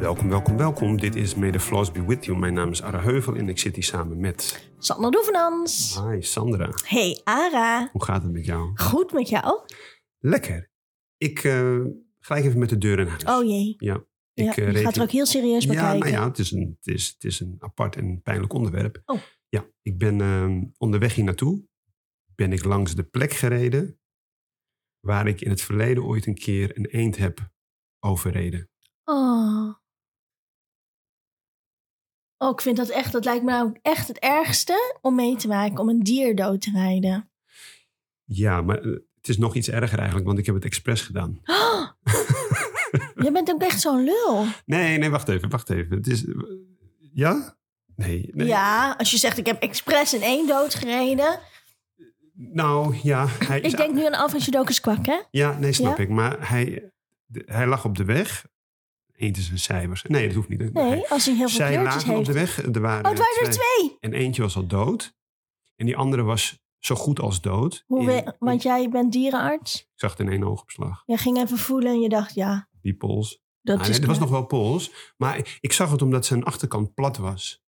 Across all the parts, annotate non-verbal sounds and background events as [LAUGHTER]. Welkom, welkom, welkom. Dit is May the Flaws Be With You. Mijn naam is Ara Heuvel en ik zit hier samen met... Sander Doevenans. Hi, Sandra. Hey Ara, Hoe gaat het met jou? goed met jou? Lekker. Ik eh gelijk even met de deur in huis. Oh jee, Ja. ja, eh, je gaat reken- er ook heel serieus ja, bekijken. nou ja, het is, een, het, is, het is een apart en pijnlijk onderwerp. Oh. Ja, ik ben eh, onderweg hier naartoe. Ben ik langs de plek gereden waar ik in het verleden ooit een keer een eend heb overreden. Oh. oh, ik vind dat echt, dat lijkt me nou echt het ergste om mee te maken, om een dier dood te rijden. [GASPS] Ja, maar eh, het is nog iets erger eigenlijk, want ik heb het expres gedaan. Oh, je bent ook echt zo'n lul. Nee, nee, wacht even, wacht even. Het is... eh, Ja? Nee. nee. Ja, als je zegt ik heb expres in één dood gereden. Nou, ja. Hij is Ik denk nu aan af en Sudokus kwak, hè? Ja, nee, snap Ja? ik. Maar hij, de- hij lag op de weg. Eend is een cijfers. Nee, dat hoeft niet. Nee, als hij heel veel Zij kleurtjes lagen op heeft. de weg. Er waren Oh, het waren er twee. twee! En eentje was al dood. En die andere was zo goed als dood. Hoe In- we- want jij bent dierenarts. Ik zag het in één oogopslag. Jij ging even voelen en je dacht, ja, Die pols. dat Ah, is... nee, er was nog wel pols. Maar ik- ik zag het omdat zijn achterkant plat was.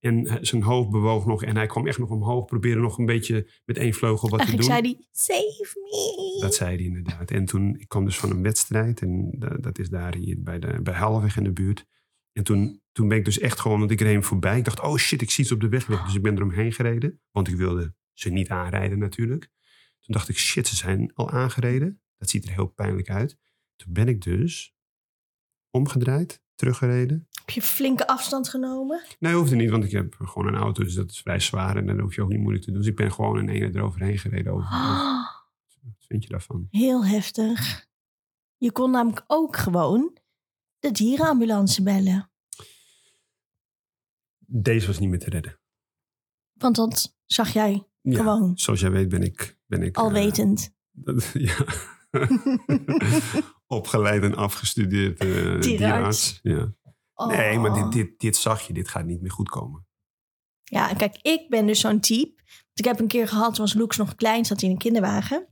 En eh, zijn hoofd bewoog nog. En hij kwam echt nog omhoog. Probeerde nog een beetje met één vleugel wat Eigenlijk te doen. zei hij, save me. Dat zei hij inderdaad. En toen, ik kwam dus van een wedstrijd. En da- dat is daar hier bij, de, bij Halweg in de buurt. En toen, toen ben ik dus echt gewoon, want ik reed hem voorbij. Ik dacht, oh shit, ik zie iets op de weg liggen. Dus ik ben eromheen gereden. Want ik wilde ze niet aanrijden natuurlijk. Toen dacht ik, shit, ze zijn al aangereden. Dat ziet er heel pijnlijk uit. Toen ben ik dus omgedraaid, teruggereden. Heb je flinke afstand genomen? Nee, hoefde niet, want ik heb gewoon een auto. Dus dat is vrij zwaar. En dat hoef je ook niet moeilijk te doen. Dus ik ben gewoon in ene eroverheen gereden. Over. Oh, Wat vind je daarvan? heel heftig. Je kon namelijk ook gewoon de dierenambulance bellen. Deze was niet meer te redden. Want dat zag jij Ja, Gewoon. Zoals jij weet ben ik... Ben ik al eh, wetend. [LAUGHS] dat- ja. [LAUGHS] Opgeleid en afgestudeerd eh dierenarts. Ja. Oh. Nee, maar dit, dit, dit zag je. Dit gaat niet meer goed komen. Oh. Ja, en kijk, ik ben dus zo'n type. Want ik heb een keer gehad, toen was Loeks nog klein, zat hij in een kinderwagen.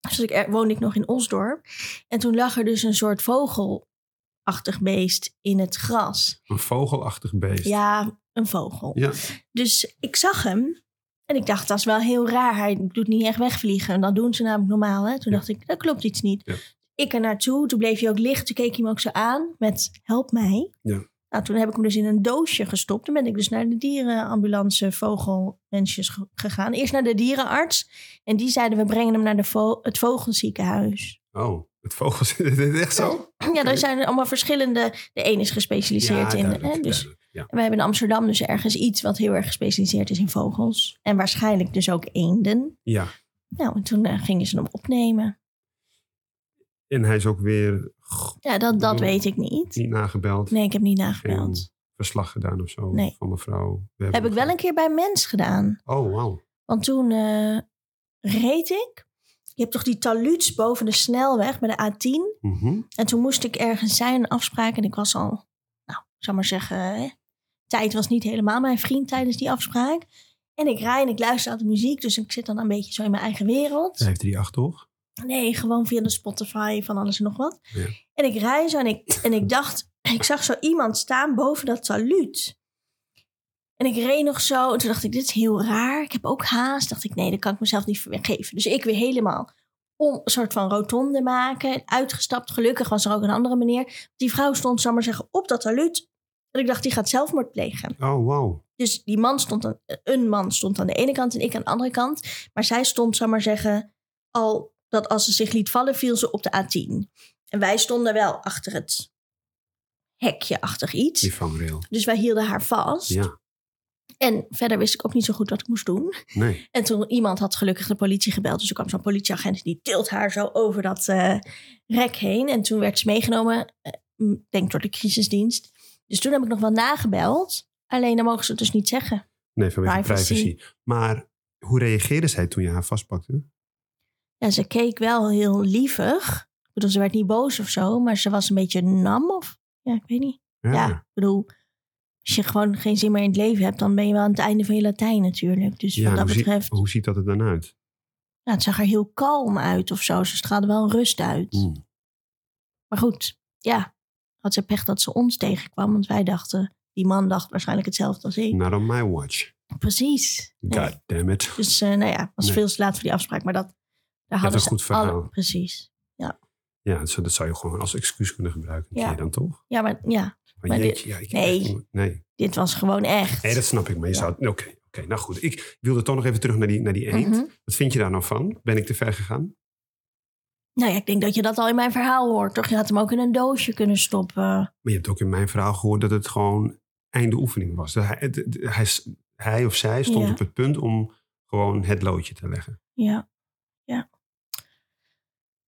Dus ik er- woonde ik nog in Osdorp. En toen lag er dus een soort vogelachtig beest in het gras. Een vogelachtig beest. Ja, een vogel. Ja. Dus ik zag hem en ik dacht, dat is wel heel raar. Hij doet niet echt wegvliegen. En dat doen ze namelijk normaal. Hè? Toen Ja. dacht ik, dat klopt iets niet. Ja. Ik er naartoe, toen bleef hij ook licht. Toen keek hij me ook zo aan met help mij. Ja. Nou, toen heb ik hem dus in een doosje gestopt. Toen ben ik dus naar de dierenambulance vogelmensjes ge- gegaan. Eerst naar de dierenarts. En die zeiden, we brengen hem naar de vo- het vogelziekenhuis. Oh, het vogels... [LAUGHS] dit is echt zo? Ja, daar zijn allemaal verschillende. De een is gespecialiseerd in. duidelijk, Hè, dus duidelijk, ja. we hebben in Amsterdam dus ergens iets wat heel erg gespecialiseerd is in vogels. En waarschijnlijk dus ook eenden. ja. Nou, en toen eh, gingen ze hem opnemen. En hij is ook weer goh, Ja, dat, dat Bedoel- weet ik niet. niet nagebeld. Nee, ik heb niet Geen nagebeld. verslag gedaan of zo Nee. van mevrouw. We Heb ik wel een keer bij mens gedaan. Oh, wauw. Want toen eh, reed ik. Je hebt toch die taluuts boven de snelweg bij de A10. Mhm. En toen moest ik ergens zijn, een afspraak. En ik was al, nou, ik zou maar zeggen, hè, tijd was niet helemaal mijn vriend tijdens die afspraak. En ik rijd en ik luister aan de muziek. Dus ik zit dan een beetje zo in mijn eigen wereld. Hij heeft er die acht, toch? Nee, gewoon via de Spotify van alles en nog wat. Ja. En ik rij zo en ik, en ik dacht, ik zag zo iemand staan boven dat saluut. En ik reed nog zo en toen dacht ik, dit is heel raar. Ik heb ook haast. Dacht ik, nee, dat kan ik mezelf niet vergeven. Dus ik weer helemaal om een soort van rotonde maken. Uitgestapt. Gelukkig was er ook een andere meneer. Die vrouw stond, zal maar zeggen, op dat saluut. En ik dacht, die gaat zelfmoord plegen. Oh, wauw. Dus die man stond aan, een man stond aan de ene kant en ik aan de andere kant. Maar zij stond, zou maar zeggen, al dat als ze zich liet vallen, viel ze op de A10. En wij stonden wel achter het hekje, achter iets. Die vangrail. Dus wij hielden haar vast. Ja, En verder wist ik ook niet zo goed wat ik moest doen. nee. En toen iemand had gelukkig de politie gebeld. Dus er kwam zo'n politieagent. Die tilt haar zo over dat eh, rek heen. En toen werd ze meegenomen. eh, m, denk door de crisisdienst. Dus toen heb ik nog wel nagebeld. Alleen dan mogen ze het dus niet zeggen. Nee, vanwege privacy. Privacy. Maar hoe reageerde zij toen je haar vastpakte? Ja, ze keek wel heel lievig. Ik bedoel, ze werd niet boos of zo, maar ze was een beetje nam of... Ja, ik weet niet. Ja, ik bedoel, als je gewoon geen zin meer in het leven hebt, dan ben je wel aan het einde van je Latijn natuurlijk. Dus Ja, oh. wat dat hoe, betreft, Ziet, hoe ziet dat er dan uit? ja, het zag er heel Hmm, kalm uit of zo. Ze straalde wel rust uit. Mm. Maar goed, ja, had ze pech dat ze ons tegenkwam. Want wij dachten, die man dacht waarschijnlijk hetzelfde als ik. Not on my watch. Precies. Nee. God damn it. Dus eh, nou ja, was Nee. veel te laat voor die afspraak. Maar dat, daar hadden een ze goed verhaal. alle- Precies. Ja, dus dat zou je gewoon als excuus kunnen gebruiken. Ja. Ja. dan toch? Ja, maar ja, Maar, Maar dit- jeetje, ja, ik heb nee. echt- nee. dit was gewoon echt. Nee, dat snap ik. Maar je Ja. zou... Oké, oké, nou goed. Ik wilde toch nog even terug naar die, naar die eend. Mhm. Wat vind je daar nou van? Ben ik te ver gegaan? Nou ja, ik denk dat je dat al in mijn verhaal hoort, toch? Je had hem ook in een doosje kunnen stoppen. Maar je hebt ook in mijn verhaal gehoord dat het gewoon einde oefening was. Dat hij, het- het- hij, s- hij of zij stond Ja. op het punt om gewoon het loodje te leggen. Ja,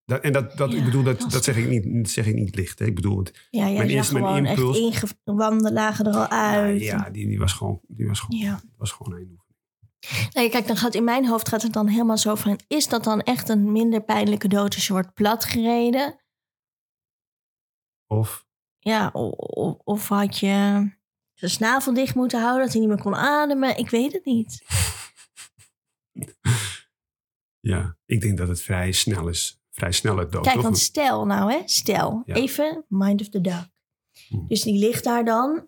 Dat, en dat, dat, Ja, ik bedoel, dat, lastig. dat zeg, ik niet, dat zeg ik niet licht. Hè? Ik bedoel, het, ja jij Mijn zag eerste- mijn gewoon impuls- Ah, echt ingewanden lagen er al uit. ja, die, die was gewoon, die was gewoon, Ja. was gewoon einde oefening. Nee, kijk, dan gaat in mijn hoofd gaat het dan helemaal zo van... is dat dan echt een minder pijnlijke dood als je wordt platgereden? Of, Ja, o- o- of had je zijn snavel dicht moeten houden... dat hij niet meer kon ademen? Ik weet het niet. ja, ik denk dat het vrij snel is. Vrij snel het dood. Kijk, toch? want stel nou, hè, stel. Ja. Even mind of the duck. Hmm. Dus die ligt daar dan.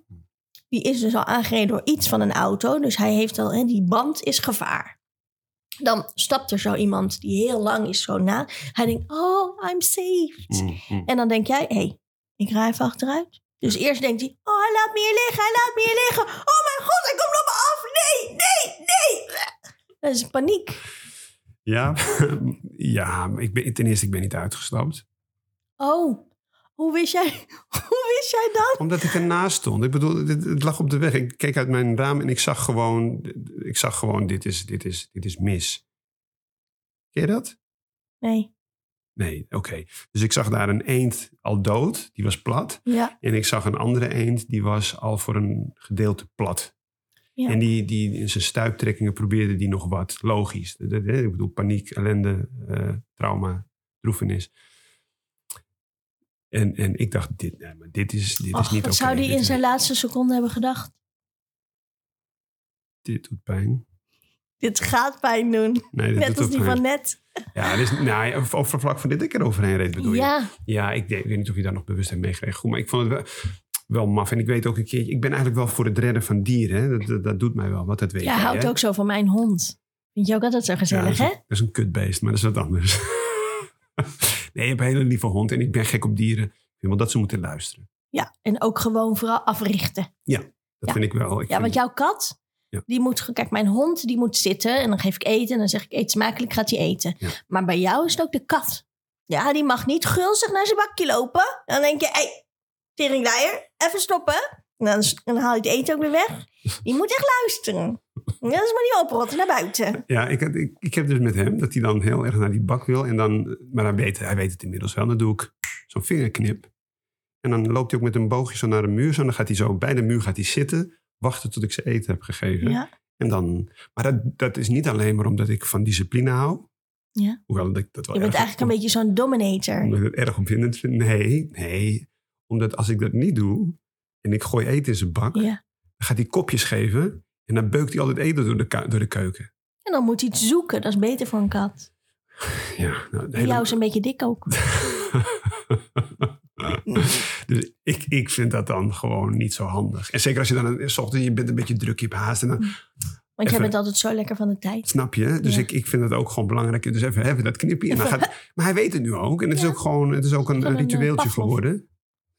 Die is dus al aangereden door iets van een auto. Dus hij heeft al, hè, die band is gevaar. Dan stapt er zo iemand die heel lang is zo na. Hij denkt, oh, I'm saved. Mm, mm. En dan denk jij, hé, hey, ik rij even achteruit. Dus eerst denkt hij, oh, hij laat me hier liggen, hij laat me hier liggen. Oh mijn god, hij komt op me af. Nee, nee, nee. Dat is paniek. Ja, [LAUGHS] ja maar ik ben, ten eerste, ik ben niet uitgestapt. Oh, hoe wist jij, [LAUGHS] hoe wist jij dat? Omdat ik ernaast stond. Ik bedoel, het, het lag op de weg. Ik keek uit mijn raam en ik zag gewoon, ik zag gewoon dit, is, dit, is, dit is mis. Ken je dat? Nee, Nee, oké. Dus ik zag daar een eend al dood, die was plat. ja. En ik zag een andere eend, die was al voor een gedeelte plat. Ja. En die, die in zijn stuiptrekkingen probeerde die nog wat. Logisch. Dat- dat- Ik bedoel, paniek, ellende, eh, trauma, droefenis. En, en ik dacht, dit, nee, maar dit is, dit Och, is niet wat oké. zou die Dit in is- zijn laatste seconde hebben gedacht? Dit doet pijn. Dit gaat pijn doen. Nee, dit Net doet als ook die pijn. van net. Ja, dit is, nou, op, op vlak van dit ik er overheen reed, bedoel je? Ja, Ja, ik, denk- ik weet niet of je daar nog bewust hebt meegekregen. Goed, maar ik vond het wel, wel maf. En ik weet ook een keertje... Ik ben eigenlijk wel voor het redden van dieren. Hè? Dat, dat, dat doet mij wel, wat dat weet jij jij, houdt hè? ook zo van mijn hond. Vind je ook altijd zo Ja, gezellig, dat, hè? is, dat is een kutbeest, maar dat is wat anders. [LAUGHS] nee, je hebt een hele lieve hond en ik ben gek op dieren. Ik vind wel dat ze moeten luisteren. Ja, en ook gewoon vooral africhten. Dat Ja. vind ik wel. Ik Ja, want vind- jouw kat, Ja. die moet... ge- Kijk, mijn hond, die moet zitten en dan geef ik eten. En dan zeg ik, eet smakelijk, gaat hij eten. Ja. Maar bij jou is het ook de kat. Ja, die mag niet gulzig naar zijn bakje lopen. Dan denk je, hé, hey, teringleier, even stoppen. En dan, s- dan haal je het eten ook weer weg. Die moet echt luisteren. Ja, Dat is maar niet oprotten naar buiten. Ja, ik, had- ik, ik heb dus met hem dat hij dan heel erg naar die bak wil. En dan, maar hij weet, hij weet het inmiddels wel. Dan doe ik zo'n vingerknip. En dan loopt hij ook met een boogje zo naar de muur. Zo, En dan gaat hij zo bij de muur gaat hij zitten. Wachten tot ik ze eten heb gegeven. Ja. En dan, maar dat, dat is niet alleen maar omdat ik van discipline hou. Ja. Hoewel dat ik dat wel Je bent erg- eigenlijk een beetje zo'n dominator. Omdat ik het erg opwindend vind. Nee, nee. Omdat als ik dat niet doe en ik gooi eten in zijn bak. Ja. Dan gaat hij kopjes geven. En dan beukt hij altijd eten door de, ku- door de keuken. En dan moet hij het zoeken. Dat is beter voor een kat. Ja, nou, En jou is een beetje dik ook. dus ik, ik vind dat dan gewoon niet zo handig. En zeker als je dan een, 's ochtends, je bent een beetje druk, je hebt haast. En dan, Want jij Even- bent altijd zo lekker van de tijd. snap je? Dus Ja. ik, ik vind het ook gewoon belangrijk. Dus even, even dat knipje. En [LAUGHS] dan gaat, maar hij weet het nu ook. En het Ja. is ook gewoon het is ook een, Gewoon een, eh, ritueeltje Pavlov. geworden.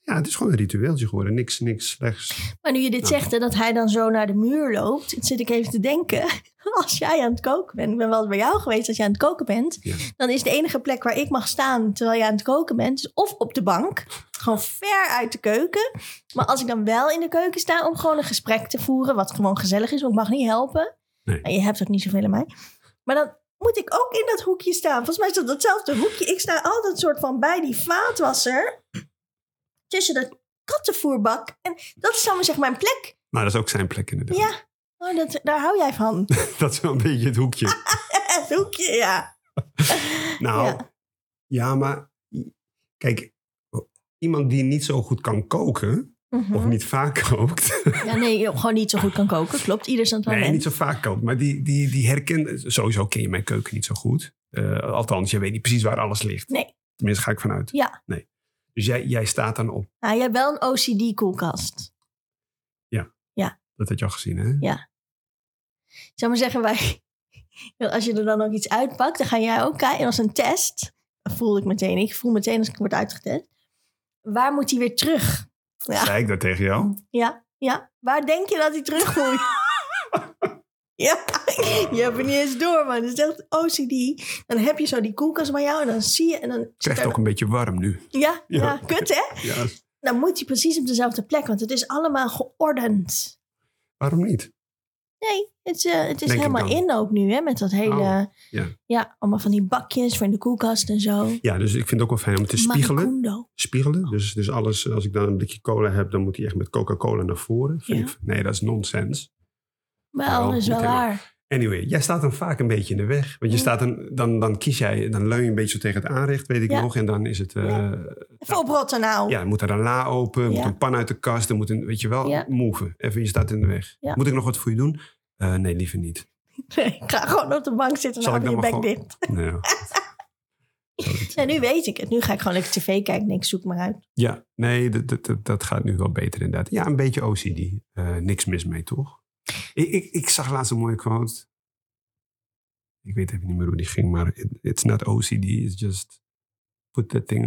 Ja, het is gewoon een ritueeltje geworden. Niks, niks slechts. Maar nu je dit Ja. zegt en dat hij dan zo naar de muur loopt, zit ik even te denken. [LAUGHS] Als jij aan het koken bent, ik ben wel eens bij jou geweest als jij aan het koken bent, Ja. dan is de enige plek waar ik mag staan terwijl jij aan het koken bent, is of op de bank, gewoon ver uit de keuken. Maar als ik dan wel in de keuken sta om gewoon een gesprek te voeren, wat gewoon gezellig is, want ik mag niet helpen. Nee. Maar je hebt ook niet zoveel aan mij. Maar dan moet ik ook in dat hoekje staan. Volgens mij is dat datzelfde hoekje. Ik sta altijd soort van bij die vaatwasser. Tussen de kattenvoerbak. En dat is dan maar zeg mijn plek. Maar dat is ook zijn plek inderdaad. Ja, oh, dat, daar hou jij van. [LAUGHS] [LAUGHS] Dat is wel een beetje het hoekje. Het hoekje, ja. Nou, Ja. ja maar kijk, iemand die niet zo goed kan koken, of niet vaak kookt, Mhm. [LAUGHS] Ja, nee, je gewoon niet zo goed kan koken. Klopt, ieder zijn Nee, talent. niet zo vaak koopt. Maar die, die, die herkent... Sowieso ken je mijn keuken niet zo goed. Eh, althans, je weet niet precies waar alles ligt. Nee. Tenminste, ga ik vanuit. Ja. Nee. Dus jij, jij staat dan op. Nou, je hebt wel een OCD-koelkast. Dat had je al gezien, hè? Ik zou maar zeggen, wij, [LAUGHS] als je er dan ook iets uitpakt, dan ga jij ook kijken. En als een test, dat voelde ik meteen. Ik voel meteen als ik word uitgetest. Waar moet hij weer terug? Ja. Zei ik dat tegen jou? Ja, ja. Waar denk je dat hij terug moet? [LAUGHS] ja, [LAUGHS] je hebt het niet eens door, man. Het is echt OCD. Dan heb je zo die koelkast bij jou en dan zie je... En dan Het krijgt ook een beetje warm nu. ja, ja. Ja. kut hè? Ja. Dan moet hij precies op dezelfde plek, want het is allemaal geordend. Waarom niet? Nee, het, is, eh, het is Denk ik helemaal dan. Oh, in ook nu hè, met dat hele... ja. ja, allemaal van die bakjes voor in de koelkast en zo. Ja, dus ik vind het ook wel fijn om te spiegelen. Maricondo. Spiegelen. Dus, dus alles, als ik dan een blikje cola heb, dan moet die echt met Coca-Cola naar voren. Vind Ja. ik- nee, dat is nonsens. Wel, Nou, dat niet is wel helemaal. waar. Anyway, jij staat dan vaak een beetje in de weg. Want je Ja. staat dan, dan, dan kies jij, dan leun je een beetje zo tegen het aanrecht, weet ik Ja. nog. En dan is het, eh, ja. Even oprotten nou. er moet er een la open, moet Ja. een pan uit de kast, er moet een, weet je wel, Ja. move. Even, je staat in de weg. Ja. Moet ik nog wat voor je doen? Eh, nee, liever niet. Nee, [LAUGHS] ik ga gewoon op de bank zitten en Zal hou ik je dan maar bek gewoon- dicht. Nou, [LAUGHS] ja. Ja, nu weet ik het. Nu ga ik gewoon lekker tv kijken. Nee, ik zoek maar uit. ja, nee, dat, dat, dat, dat gaat nu wel beter inderdaad. Ja, een beetje OCD. Eh, niks mis mee, toch? Ik, ik, ik zag laatst een mooie quote. Ik weet even niet meer hoe die ging, maar it- it's not OCD, it's just put that thing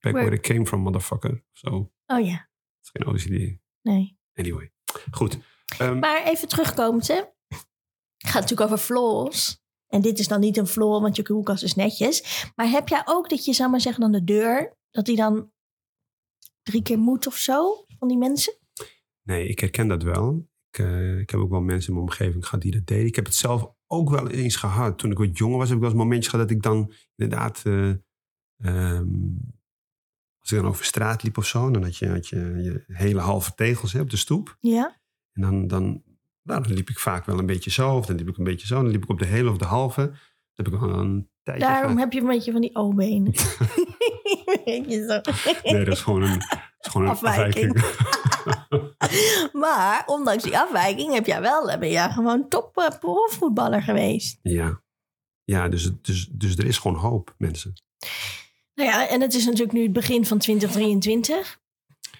back Where- where it came from, motherfucker. Zo, Oh ja, het is geen OCD. nee. Anyway, goed. Ehm, Maar even terugkomend, hè. Het gaat natuurlijk over floors. En dit is dan niet een floor, want je koelkast is netjes. Maar heb jij ook dat je, zou maar zeggen, dan de deur... dat die dan drie keer moet of zo van die mensen? Nee, ik herken dat wel. Ik, eh, ik heb ook wel mensen in mijn omgeving gehad die dat deden. Ik heb het zelf ook wel eens gehad. Toen ik wat jonger was, heb ik wel eens momentjes gehad dat ik dan inderdaad... eh, ehm, als ik dan over straat liep of zo, dan had je had je, je hele halve tegels hè, op de stoep. Ja. En dan, dan, nou, dan liep ik vaak wel een beetje zo, of dan liep ik een beetje zo. Dan liep ik op de hele of de halve. Dat heb ik al een tijdje Daarom gehad. heb je een beetje van die [LAUGHS] O-benen. Weet je zo. Nee, dat is gewoon een, dat is gewoon een [LAUGHS] Afwijking. afwijking. [LAUGHS] Maar ondanks die afwijking heb jij wel, eh, ben jij gewoon top eh, profvoetballer geweest. Ja, ja dus, het- dus, dus er is gewoon hoop, mensen. Nou ja, en het is natuurlijk nu het begin van 2023.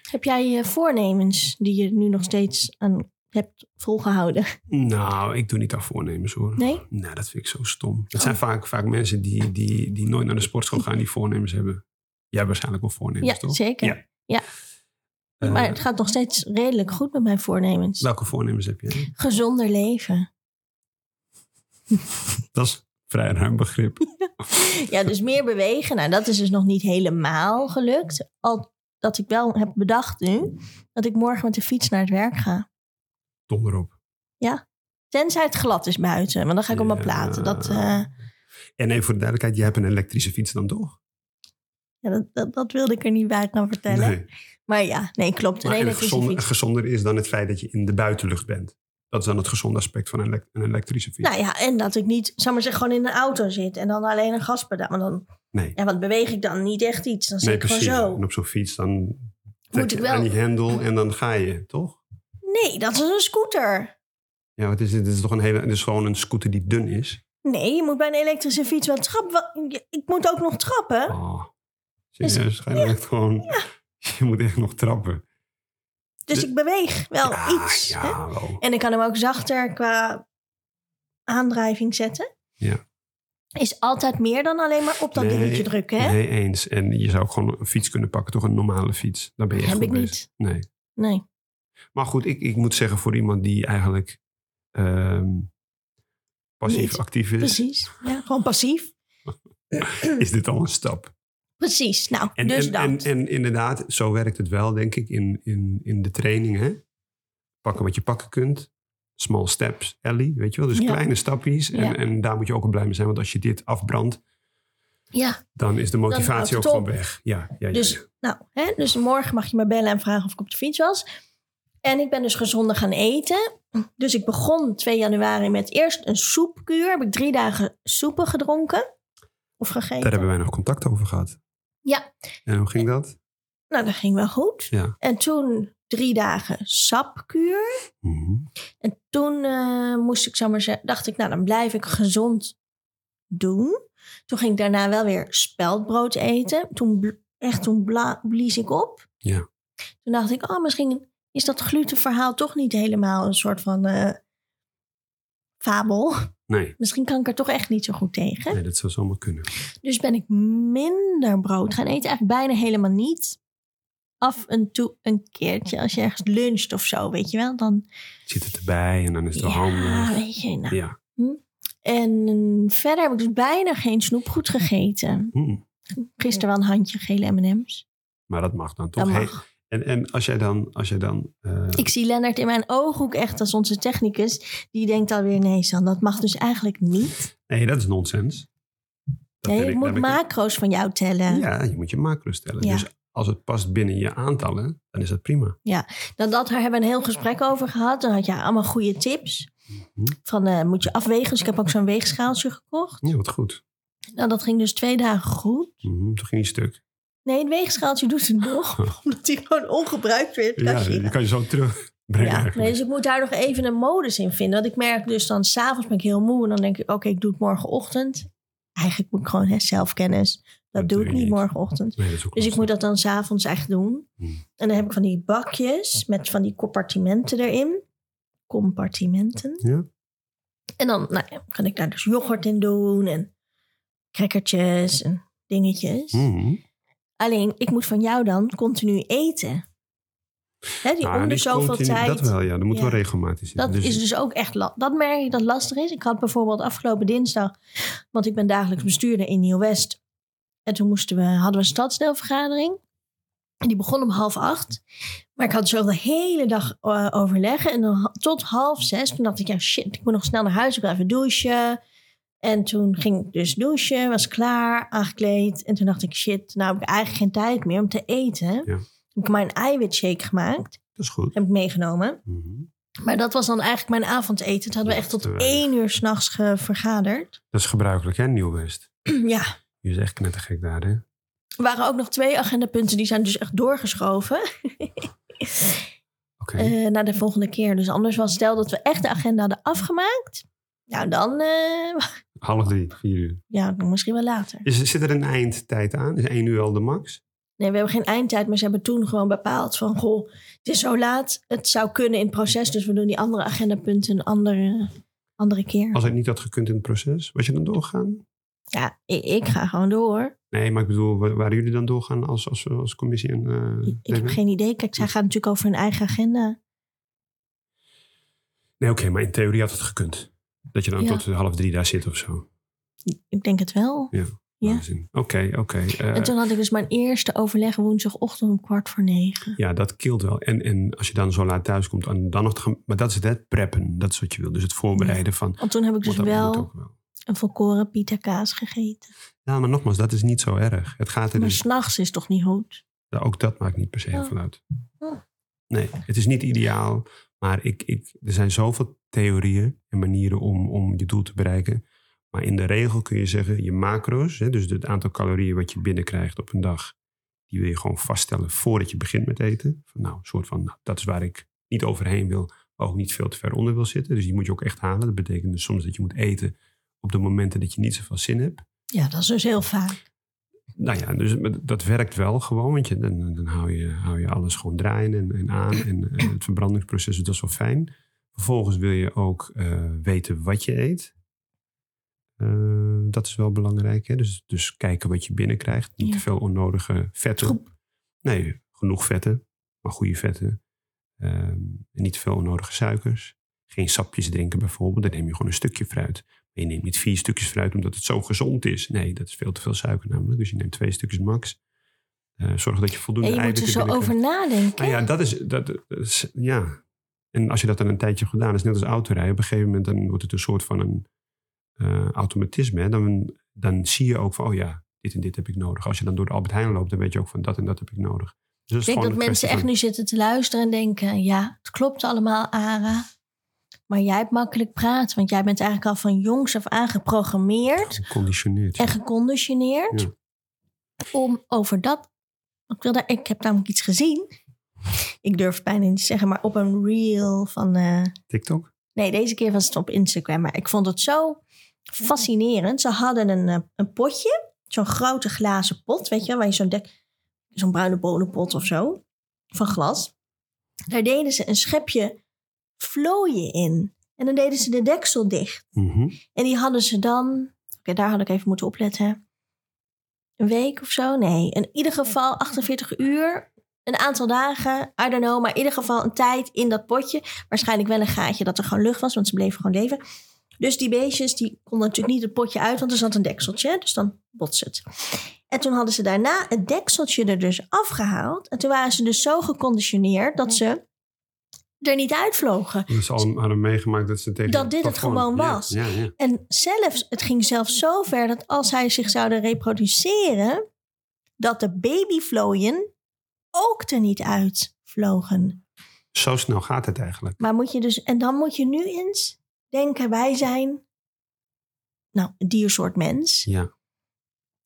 Heb jij eh, voornemens die je nu nog steeds aan hebt volgehouden? [LAUGHS] Nou, ik doe niet aan voornemens hoor. Nee? Oh. Nou, dat vind ik zo stom. Het zijn vaak, vaak mensen die, die, die nooit naar de sportschool gaan die voornemens hebben. Jij hebt waarschijnlijk wel voornemens, Ja, toch? zeker. Ja. Eh, Maar het gaat nog steeds redelijk goed met mijn voornemens. Welke voornemens heb je? Gezonder leven. Dat is vrij ruim begrip. Ja, dus meer bewegen. Nou, dat is dus nog niet helemaal gelukt. Al dat ik wel heb bedacht nu dat ik morgen met de fiets naar het werk ga. Donder op. Tenzij het glad is buiten, want dan ga ik op mijn Ja. platen. Dat, eh, En even voor de duidelijkheid, jij hebt een elektrische fiets dan toch? Ja, dat, dat, dat wilde ik er niet bij gaan vertellen. Nee. Maar ja, nee, klopt. Maar Nee, en dat het is een gezonder, fiets. gezonder is dan het feit dat je in de buitenlucht bent. Dat is dan het gezonde aspect van een, elek- een elektrische fiets. Nou ja, en dat ik niet, zou maar zeggen, gewoon in een auto zit en dan alleen een gaspedaal. Maar dan, Nee. ja, wat beweeg ik dan? Niet echt iets. Dan zit nee, ik gewoon precies. zo. En op zo'n fiets dan trek ik je wel. aan die hendel en dan ga je, toch? Nee, dat is een scooter. Ja, wat is dit? Dit is toch een hele. Dit is gewoon een scooter die dun is. Nee, je moet bij een elektrische fiets wel trappen. Wat- je- Ik moet ook nog trappen. Oh. Is- Serieus, ga je nou echt gewoon. [LAUGHS] Je moet echt nog trappen. Dus de- ik beweeg wel ja, iets. hè? ja, wel. En ik kan hem ook zachter qua aandrijving zetten. Ja. Is altijd meer dan alleen maar op dat Nee, dingetje drukken, hè? Nee, eens. En je zou ook gewoon een fiets kunnen pakken, toch een normale fiets. Daar ben je echt Heb goed ik bezig. niet. Nee. Nee. Maar goed, ik, ik moet zeggen voor iemand die eigenlijk ehm, passief Niet. actief is, Precies. Ja, gewoon passief. is dit al een stap. Precies. Nou, En, dus en, dat. en, en inderdaad, zo werkt het wel, denk ik, in, in, in de training. Hè? Pakken wat je pakken kunt. Small steps, Ellie, weet je wel. Dus Ja. kleine stapjes. En, Ja. en daar moet je ook wel blij mee zijn. Want als je dit afbrandt, ja, dan is de houdt motivatie het ook gewoon op. weg. Ja, ja, ja, ja. dus, nou, hè, dus morgen mag je me bellen en vragen of ik op de fiets was. En ik ben dus gezonder gaan eten. Dus ik begon 2 januari met eerst een soepkuur. Heb ik drie dagen soepen gedronken. Of gegeten. Daar hebben wij nog contact over gehad. Ja. En hoe ging dat? Nou, dat ging wel goed. Ja. En toen drie dagen sapkuur. Mhm. En toen eh, moest ik, zo maar zeggen, dacht ik, nou, dan blijf ik gezond doen. Toen ging ik daarna wel weer speldbrood eten. Toen bl- echt toen bla- blies ik op. Ja. Toen dacht ik, oh, misschien is dat glutenverhaal toch niet helemaal een soort van eh, fabel. [LAUGHS] Nee, Misschien kan ik er toch echt niet zo goed tegen. nee, dat zou zomaar kunnen. Dus ben ik minder brood gaan eten. Eigenlijk bijna helemaal niet. Af en toe een keertje als je ergens luncht of zo, weet je wel. Dan Zit het erbij en dan is het wel ja, handig. weet je. nou. Ja. En verder heb ik dus bijna geen snoepgoed gegeten. Hm. Gisteren wel een handje gele M&M's. Maar dat mag dan toch? Dat Hey, mag. en, en als jij dan... Als jij dan eh, Ik zie Lennart in mijn ooghoek echt als onze technicus. Die denkt alweer, nee San, dat mag dus eigenlijk niet. nee, dat is nonsens. Dat Nee, ben ik daar moet ben macro's van jou tellen. Ja, je moet je macro stellen. Ja. Dus als het past binnen je aantallen, dan is dat prima. Nou, dat, daar hebben we een heel gesprek over gehad. Dan had jij allemaal goede tips. Mhm. Van, eh, moet je afwegen. Dus ik heb ook zo'n weegschaaltje gekocht. Ja, wat goed. Nou, dat ging dus twee dagen goed. Mhm, Toen ging je stuk. Nee, het weegschaaltje doet het [LAUGHS] nog. omdat hij gewoon ongebruikt werd. Ja, je kan je zo [LAUGHS] terugbrengen. Ja, nee, eigenlijk. dus ik moet daar nog even een modus in vinden. Want ik merk dus dan, s'avonds ben ik heel moe. En dan denk ik, oké, ik doe het morgenochtend. Eigenlijk moet ik gewoon hè, zelfkennis. Dat, Dat doe doe ik je niet niet. morgenochtend. Nee, dat is ook Dus ik lastig. moet dat dan s'avonds echt doen. Hmm. En dan heb ik van die bakjes met van die compartimenten erin. Compartimenten. Ja. En dan nou, ja, kan ik daar dus yoghurt in doen. En crackertjes en dingetjes. Mhm. Alleen, ik moet van jou dan continu eten. Hè, die Nou, onder die zoveel continu- tijd. Dat wel, ja. Dat moet Ja. wel regelmatig zitten. Dat Dus- is dus ook echt la- Dat merk ik dat lastig is. Ik had bijvoorbeeld afgelopen dinsdag, want ik ben dagelijks bestuurder in Nieuw-West. En toen moesten we, hadden we een stadsdeelvergadering. En die begon om half acht. Maar ik had dus ook de hele dag eh, overleggen. En dan ha- tot half zes. Toen dacht ik, ja shit, ik moet nog snel naar huis. Ik wil even douchen. En toen ging ik dus douchen, was klaar, aangekleed. En toen dacht ik, shit, nou heb ik eigenlijk geen tijd meer om te eten. Toen heb ik maar een eiwitshake gemaakt. dat is goed. Heb ik meegenomen. Mhm. Maar dat was dan eigenlijk mijn avondeten. Toen hadden we echt tot Te weinig. één uur s'nachts vergaderd. Dat is gebruikelijk, hè, Nieuw-West? [CLEARS THROAT] ja, Je is echt knettergek daar, hè? er waren ook nog twee agendapunten. Die zijn dus echt doorgeschoven Oké. [LAUGHS] eh, naar de volgende keer. Dus anders was stel dat we echt de agenda hadden afgemaakt. Nou, dan... eh, [LAUGHS] Half drie, vier uur. ja, dan misschien wel later. Is, zit er een eindtijd aan? Is één uur al de max? Nee, we hebben geen eindtijd. Maar ze hebben toen gewoon bepaald van... Goh, het is zo laat. Het zou kunnen in het proces. Dus we doen die andere agendapunten een andere, andere keer. Als het niet had gekund in het proces, was je dan doorgaan? Ja, ik, ik ga gewoon door. Nee, maar ik bedoel, wa- waren jullie dan doorgaan als, als, als commissie? En, eh, Ik, ik heb DW? geen idee. Kijk, Mhm. zij gaan natuurlijk over hun eigen agenda. Nee, oké, maar in theorie had het gekund. Dat je dan Ja. tot half drie daar zit of zo. Ik denk het wel. Ja. Waanzin. Oké, oké. eh, en toen had ik dus mijn eerste overleg woensdagochtend om kwart voor negen. Ja, dat kilt wel. En, en als je dan zo laat thuis komt, en dan nog te gaan... Maar dat is het, hè, preppen. Dat is wat je wil. Dus het voorbereiden van... Want toen heb ik dus want dat moet wel ook wel. een volkoren pita kaas gegeten. Ja, maar nogmaals, dat is niet zo erg. Het gaat er Maar dus... s'nachts is toch niet goed? Nou, Ook dat maakt niet per se heel veel uit. Oh. Nee, het is niet ideaal. Maar ik, ik, er zijn zoveel theorieën en manieren om, om je doel te bereiken. Maar in de regel kun je zeggen, je macro's... Hè, dus het aantal calorieën wat je binnenkrijgt op een dag... die wil je gewoon vaststellen voordat je begint met eten. Van, nou, een soort van, nou, dat is waar ik niet overheen wil... maar ook niet veel te ver onder wil zitten. Dus die moet je ook echt halen. Dat betekent dus soms dat je moet eten op de momenten dat je niet zoveel zin hebt. Ja, dat is dus heel vaak. Nou ja, dus met- dat werkt wel gewoon, want je, dan, dan hou, je, hou je alles gewoon draaien en, en aan. En eh, het verbrandingsproces, dus dat is wel fijn. Vervolgens wil je ook eh, weten wat je eet. Eh, dat is wel belangrijk. Hè? Dus, dus kijken wat je binnenkrijgt. Niet Ja. te veel onnodige vetten. Troep. Nee, genoeg vetten, maar goede vetten. Ehm, en niet te veel onnodige suikers. Geen sapjes drinken bijvoorbeeld. Dan neem je gewoon een stukje fruit. Maar je neemt niet vier stukjes fruit omdat het zo gezond is. Nee, dat is veel te veel suiker namelijk. Dus je neemt twee stukjes max. Eh, zorg dat je voldoende En je moet dus eiwitten er zo binnenkrijgt. over nadenken. Nou ja, dat is, dat, dat is- Ja. En als je dat dan een tijdje hebt gedaan, dat is net als autorijden. Op een gegeven moment dan wordt het een soort van een eh, automatisme. hè. Dan, dan zie je ook van, oh ja, dit en dit heb ik nodig. Als je dan door de Albert Heijn loopt, dan weet je ook van dat en dat heb ik nodig. Dus dat ik is denk gewoon dat een kwestie mensen echt van- nu zitten te luisteren en denken... ja, het klopt allemaal, Ara. Maar jij hebt makkelijk praten. Want jij bent eigenlijk al van jongs af aan geprogrammeerd... Geconditioneerd. en geconditioneerd Ja. om over dat. Ik, wil daar, ik heb namelijk iets gezien. Ik durf het bijna niet te zeggen, maar op een reel van. eh, TikTok? nee, deze keer was het op Instagram. Maar ik vond het zo fascinerend. Ze hadden een, eh, een potje, zo'n grote glazen pot, weet je, wel, waar je zo'n dek. zo'n bruine bonenpot of zo, van glas. Daar deden ze een schepje vlooien in. En dan deden ze de deksel dicht. Mhm. En die hadden ze dan, oké, daar had ik even moeten opletten. Een week of zo? Nee. In ieder geval 48 uur, een aantal dagen, I don't know. Maar in ieder geval een tijd in dat potje. Waarschijnlijk wel een gaatje dat er gewoon lucht was, want ze bleven gewoon leven. Dus die beestjes die konden natuurlijk niet het potje uit, want er zat een dekseltje. Dus dan botst het. En toen hadden ze daarna het dekseltje er dus afgehaald. En toen waren ze dus zo geconditioneerd dat ze er niet uitvlogen. Dat Dus ze al hadden meegemaakt dat ze tegen Dat dit het platform- gewoon Ja, was. Ja, ja. En zelfs, het ging zelfs zo ver dat als zij zich zouden reproduceren, dat de babyvlooien ook er niet uit vlogen. Zo snel gaat het eigenlijk. Maar moet je dus, en dan moet je nu eens denken, wij zijn, nou, een diersoort mens. Ja.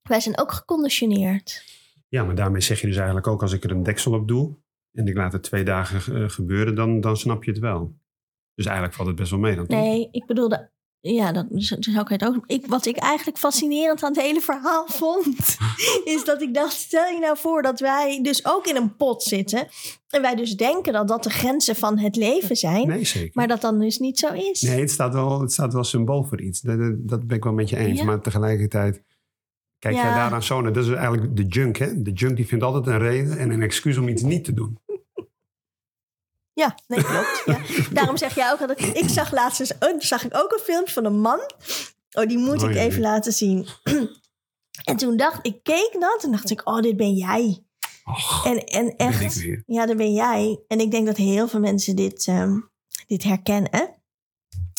Wij zijn ook geconditioneerd. ja, maar daarmee zeg je dus eigenlijk ook als ik er een deksel op doe en ik laat het twee dagen eh, gebeuren, dan, dan snap je het wel. Dus eigenlijk valt het best wel mee dan. toch? Nee, ik bedoelde, ja, dat zo- zo zou ik het ook. Ik, wat ik eigenlijk fascinerend aan het hele verhaal [LAUGHS] [LAUGHS] vond, is dat ik dacht: stel je nou voor dat wij dus ook in een pot zitten. En wij dus denken dat dat de grenzen van het leven zijn, Nee, zeker. maar dat dan dus niet zo is. Nee, het staat, wel, het staat wel symbool voor iets. Dat, dat, dat ben ik wel met je eens. Ja. Maar tegelijkertijd, kijk jij Ja. daaraan zo naar. Dat is eigenlijk de junk, hè? De junk die vindt altijd een reden en een excuus om iets niet te doen. Ja, nee, klopt. [LAUGHS] Ja. Daarom zeg jij ook dat ik, ik zag laatst eens- oh, zag ik ook een filmpje van een man. Oh, die moet Oh, ik jee. even laten zien. [CLEARS THROAT] en toen dacht ik, keek dat en dacht ik, oh, dit ben jij. Och, En, en ben ik echt, weer. Ja, dat ben jij. En ik denk dat heel veel mensen dit, ehm, dit herkennen.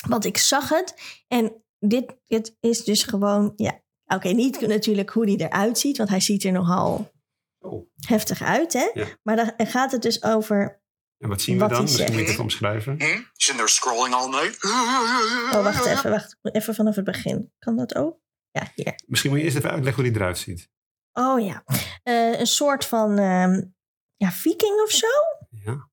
Want ik zag het en dit, dit is dus gewoon, ja. Oké, niet natuurlijk hoe die eruit ziet, want hij ziet er nogal Oh. heftig uit, hè? Ja. Maar dan gaat het dus over. En wat zien we Wat dan? hij Misschien moet zegt. ik het omschrijven. Hmm? Sitting there scrolling all night. Oh, wacht [LAUGHS] even, wacht. Ik moet Even vanaf het begin. Kan dat ook? Ja, hier. Misschien moet je eerst even uitleggen hoe die eruit ziet. Oh ja. Eh, een soort van. ehm, ja, viking of zo? Ja.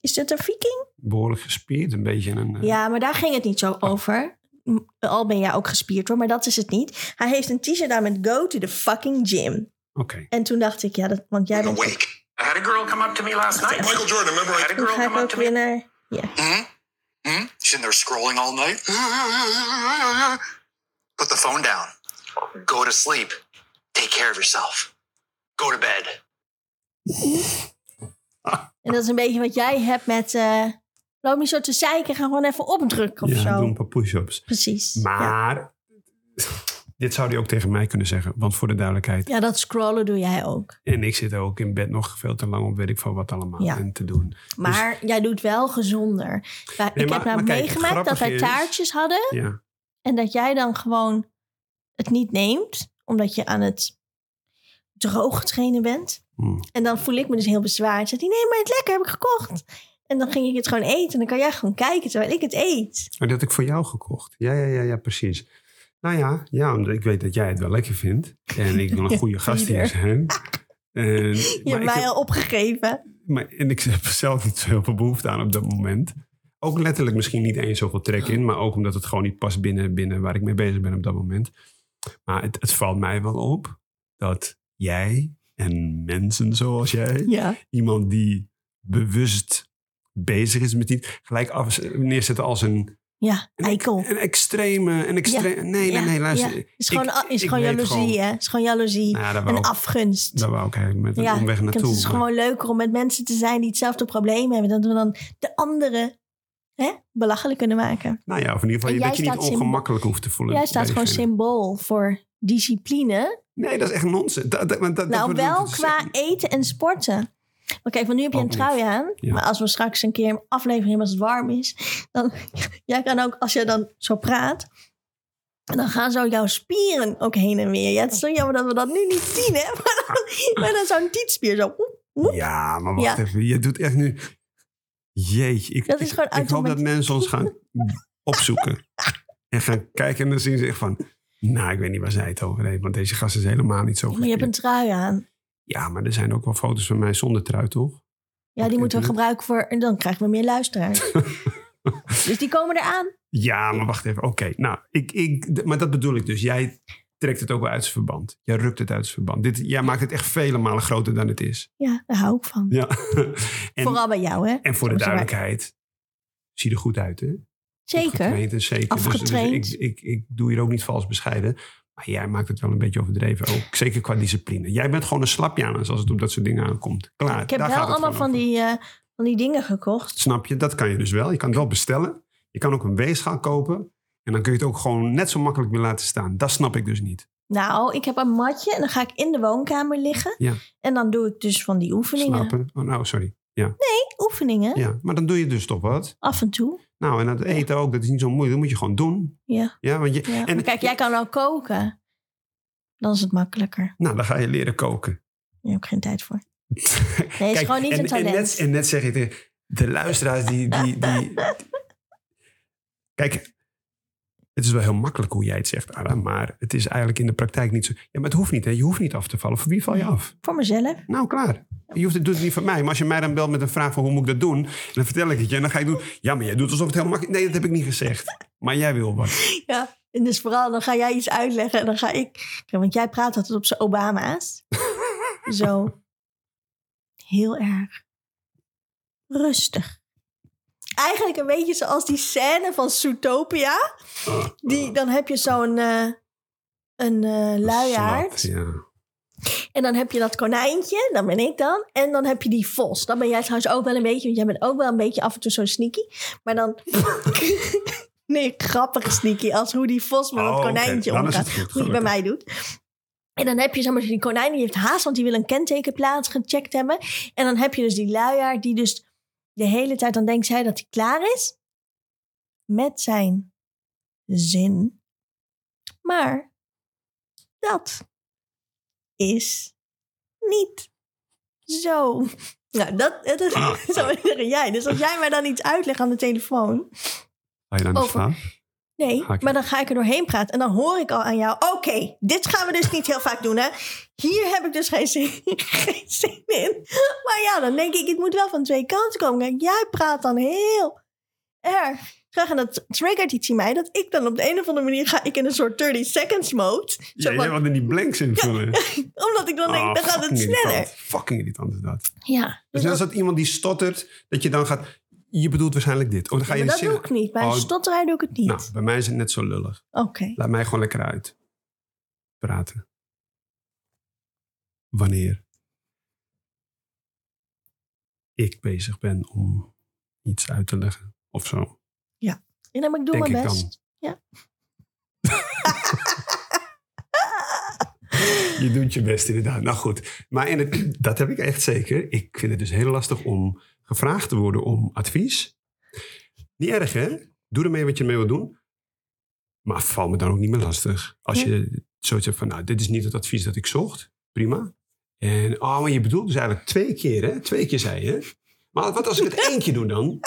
Is dit een viking? Behoorlijk gespierd, een beetje een... eh, Ja, maar daar ging het niet zo Oh. over. M- Al ben jij ook gespierd hoor, maar dat is het niet. Hij heeft een t-shirt aan met go to the fucking gym. Oké. En toen dacht ik, ja, dat, want jij bent... Awake. I had a girl come up to me last night. Michael Jordan, remember I I had a Toen girl ga come up ik ook to me. weer naar... Ja. Hmm? Hmm? Sitting there scrolling all night. Put the phone down. Go to sleep. Take care of yourself. Go to bed. En dat is een beetje wat jij hebt met... eh loop niet zo te zeiken, ga gewoon even opdrukken of Ja, zo. doe een paar push-ups. Precies. Ja. Maar... [LAUGHS] Dit zou hij ook tegen mij kunnen zeggen. Want voor de duidelijkheid. ja, dat scrollen doe jij ook. En ik zit ook in bed nog veel te lang op weet ik van wat allemaal. Ja. En te doen. Maar jij doet wel gezonder. Wij- ik Dus- maar- heb nou maar kijk, het meegemaakt dat wij grappige is- taartjes hadden. Ja. En dat jij dan gewoon het niet neemt, omdat je aan het droog trainen bent. Hmm. En dan voel ik me dus heel bezwaard. Zegt hij, nee, maar het is lekker, heb ik gekocht. En dan ging ik het gewoon eten. En dan kan jij gewoon kijken terwijl ik het eet. Maar dat heb ik voor jou gekocht. Ja, ja, ja, ja, precies. Nou ja, ja, omdat ik weet dat jij het wel lekker vindt. En ik [LAUGHS] wil een goede gast hier ieder. zijn. En, [LAUGHS] Je maar, hebt ik mij heb, al opgegeven. maar- en ik heb [LAUGHS] er zelf niet zo heel veel behoefte aan op dat moment. Ook letterlijk misschien niet eens zoveel trek in. Maar ook omdat het gewoon niet past binnen, binnen waar ik mee bezig ben op dat moment. Maar het, het valt mij wel op dat jij en mensen zoals jij Ja. iemand die bewust bezig is met iets, gelijk af, neerzetten als een, Ja, een, eikel. een extreme. Een extreme nee, ja, nee, nee, luister. ja. ik- is gewoon, a- is ik gewoon weet jaloezie, gewoon- hè? is gewoon jaloezie. Nou ja, daar en wou, ik- afgunst. daar wou ik eigenlijk met een ja, omweg het naartoe. is maar- gewoon leuker om met mensen te zijn die hetzelfde probleem hebben. Dat we dan de anderen hè, belachelijk kunnen maken. nou ja, of in ieder En geval jij dat je niet staat symbool- ongemakkelijk hoeft te voelen. Jij staat bij gewoon diegene. symbool voor discipline. Nee, dat is echt nonsens. Dat, dat, dat, dus- dat nou, wordt niet wel te qua zeggen. eten en sporten. Maar kijk, want nu heb je Ook een trui niet. aan. Ja. Maar als we straks een keer een aflevering hebben als het warm is. Dan, [LAUGHS] jij kan ook, als jij dan zo praat. Dan gaan zo jouw spieren ook heen en weer. Ja, het is zo jammer dat we dat nu niet zien, hè. [LAUGHS] Maar dan, maar dan zo'n tietspier zo. oep, oep. Ja, maar wacht Ja. even. Je doet echt nu... Jeetje. Ik, Dat is ik- gewoon ik hoop dat automatisch. mensen ons gaan [LAUGHS] opzoeken. en gaan kijken en dan zien ze echt van... Nou, ik weet niet waar zij het over heeft. Want deze gast is helemaal niet zo Maar je hebt een gespierd. trui aan. Ja, maar er zijn ook wel foto's van mij zonder trui, toch? Ja, die moeten we internet. gebruiken voor... En dan krijgen we meer luisteraars. [LAUGHS] dus die komen eraan. Ja, maar wacht even. Oké, nou, ik, ik, d- maar dat bedoel ik dus. Jij trekt het ook wel uit zijn verband. Jij rukt het uit zijn verband. Dit, jij maakt het echt vele malen groter dan het is. Ja, daar hou ik van. Ja. [LAUGHS] en, Vooral bij jou, hè? en voor de Om ze maar- duidelijkheid, zie er goed uit, hè? Zeker. Getraind en zeker. Dus- dus Afgetraind. ik, ik, ik doe hier ook niet vals bescheiden. Maar jij maakt het wel een beetje overdreven. Ook zeker qua discipline. Jij bent gewoon een slapjanus als het op dat soort dingen aankomt. Klaar. Ik heb daar wel gaat het allemaal gewoon van over. die, eh, van die dingen gekocht. Snap je? Dat kan je dus wel. Je kan het wel bestellen. Je kan ook een weegschaal kopen. En dan kun je het ook gewoon net zo makkelijk weer laten staan. Dat snap ik dus niet. Nou, ik heb een matje en dan ga ik in de woonkamer liggen. Ja. En dan doe ik dus van die oefeningen. Slapen. Oh, nou, sorry. Oefeningen, Ja, maar dan doe je dus toch wat. af en toe. Nou, en dat eten ook, dat is niet zo moeilijk. Dat moet je gewoon doen. Ja. Ja, want je, ja. en- Maar kijk, jij kan al koken. Dan is het makkelijker. Nou, dan ga je leren koken. Daar heb ik geen tijd voor. Nee, is gewoon niet en, een En talent. net, en net zeg ik tegen de luisteraars die, die, die... Kijk, het is wel heel makkelijk hoe jij het zegt, Ara. Maar het is eigenlijk in de praktijk niet zo... Ja, maar het hoeft niet, hè. Je hoeft niet af te vallen. Voor wie val je af? Voor mezelf. Nou, klaar. Je hoeft het, doet het niet van mij. Maar als je mij dan belt met een vraag van hoe moet ik dat doen... dan vertel ik het je en dan ga je doen... Ja, maar jij doet alsof het heel makkelijk... Nee, dat heb ik niet gezegd. Maar jij wil wat. [LAUGHS] Ja. En dus vooral, dan ga jij iets uitleggen en dan ga ik... Ja, want jij praat altijd op zijn [LAUGHS] Obama's. Zo. Heel erg. Rustig. Eigenlijk een beetje zoals die scène van Zootopia. Die, dan heb je zo'n eh, een eh luiaard. Slap, ja. En dan heb je dat konijntje, dat ben ik dan. En dan heb je die vos. Dat ben jij trouwens ook wel een beetje, want jij bent ook wel een beetje af en toe zo sneaky. Maar dan. [LAUGHS] nee, grappige sneaky, als hoe die vos met Oh, dat oké. konijntje Dan is omgaat. het goed, Hoe die bij gelukkig. mij doet. En dan heb je zeg maar, die konijn die heeft haast, want die wil een kentekenplaats gecheckt hebben. En dan heb je dus die luiaard die dus de hele tijd, dan denkt zij dat hij klaar is. Met zijn zin. Maar dat is niet zo. Nou, dat, dat is [LAUGHS] zo zeggen jij. Dus als jij mij dan iets uitlegt aan de telefoon. Ga je dan niet Over- slaan? Nee, Ga ik- maar dan ga ik er doorheen praten. En dan hoor ik al aan jou. Oké, dit gaan we dus niet heel vaak doen, hè? Hier heb ik dus geen zin, [LAUGHS] geen zin in. Maar ja, dan denk ik, het moet wel van twee kanten komen. Kijk, jij praat dan heel erg. Graag en dat triggert iets in mij. Dat ik dan op de een of andere manier ga ik in een soort 30 seconds mode. Ja, Zo jij van- wilde die blanks invullen. [LAUGHS] omdat ik dan denk, Ah, dan gaat het fucking sneller. irritant. Fucking irritant is dat. Ja, Dus net als dat iemand die stottert, dat je dan gaat... Je bedoelt waarschijnlijk dit. Of dan ga je maar dat zin- doe ik niet. Bij een Oh, stotterij doe ik het niet. Nou, bij mij is het net zo lullig. Oké. Laat mij gewoon lekker uit. Praten. Wanneer ik bezig ben om iets uit te leggen of zo. Ja, nee, maar ik doe Denk mijn ik dan. best. Ja. Je doet je best inderdaad. Nou goed, maar in het, dat heb ik echt zeker. Ik vind het dus heel lastig om gevraagd te worden om advies. Niet erg hè? Doe ermee wat je ermee wil doen. Maar val me dan ook niet meer lastig. Als je zoiets hebt van, nou dit is niet het advies dat ik zocht. Prima. En oh, maar je bedoelt dus eigenlijk twee keer hè? Twee keer zei je. Maar wat als ik het één keer doe dan?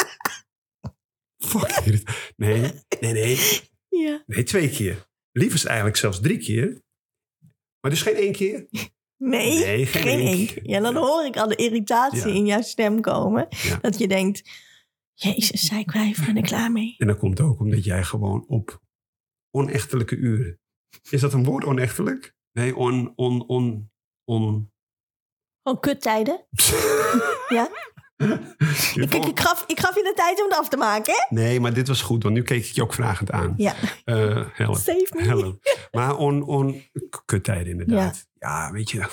Fuck. irrit- Nee, nee, nee. ja. Nee, twee keer. Liefst eigenlijk zelfs drie keer. Maar dus geen één keer? Nee, Nee, geen geen, één één. keer. Ja, dan hoor ik al de irritatie Ja. in jouw stem komen. Ja. Dat je denkt, jezus, zij kwijf, ben ik klaar mee. En dat komt ook omdat jij gewoon op onechtelijke uren. Is dat een woord onechtelijk? Nee, on, on, on, on. Gewoon Oh, kuttijden. [LAUGHS] Ja. Je Kijk, ik gaf, ik gaf je de tijd om het af te maken, hè? Nee, maar dit was goed, want nu keek ik je ook vragend aan. [LAUGHS] Ja, Eh, help. save me. Hello. Maar on, on k- kuttijden inderdaad. Ja. weet je.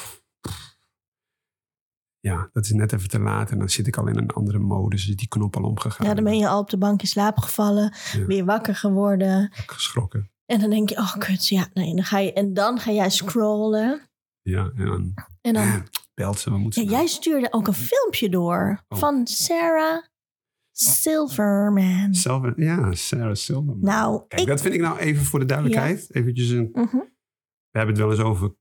Ja, dat is net even te laat en dan zit ik al in een andere modus. Is die knop al omgegaan? Ja, dan ben je al op de bank in slaap gevallen. Ja. Weer wakker geworden. Geschrokken. En dan denk je, oh kut, ja, nee. Dan ga je, en dan ga jij scrollen. Ja, en dan En dan belt ze, we moeten Ja, jij stuurde ook een filmpje door Oh. van Sarah Silverman. Zelf, ja, Sarah Silverman. Nou, Kijk, ik... dat vind ik nou even voor de duidelijkheid. Eventjes een, Mhm. we hebben het wel eens over...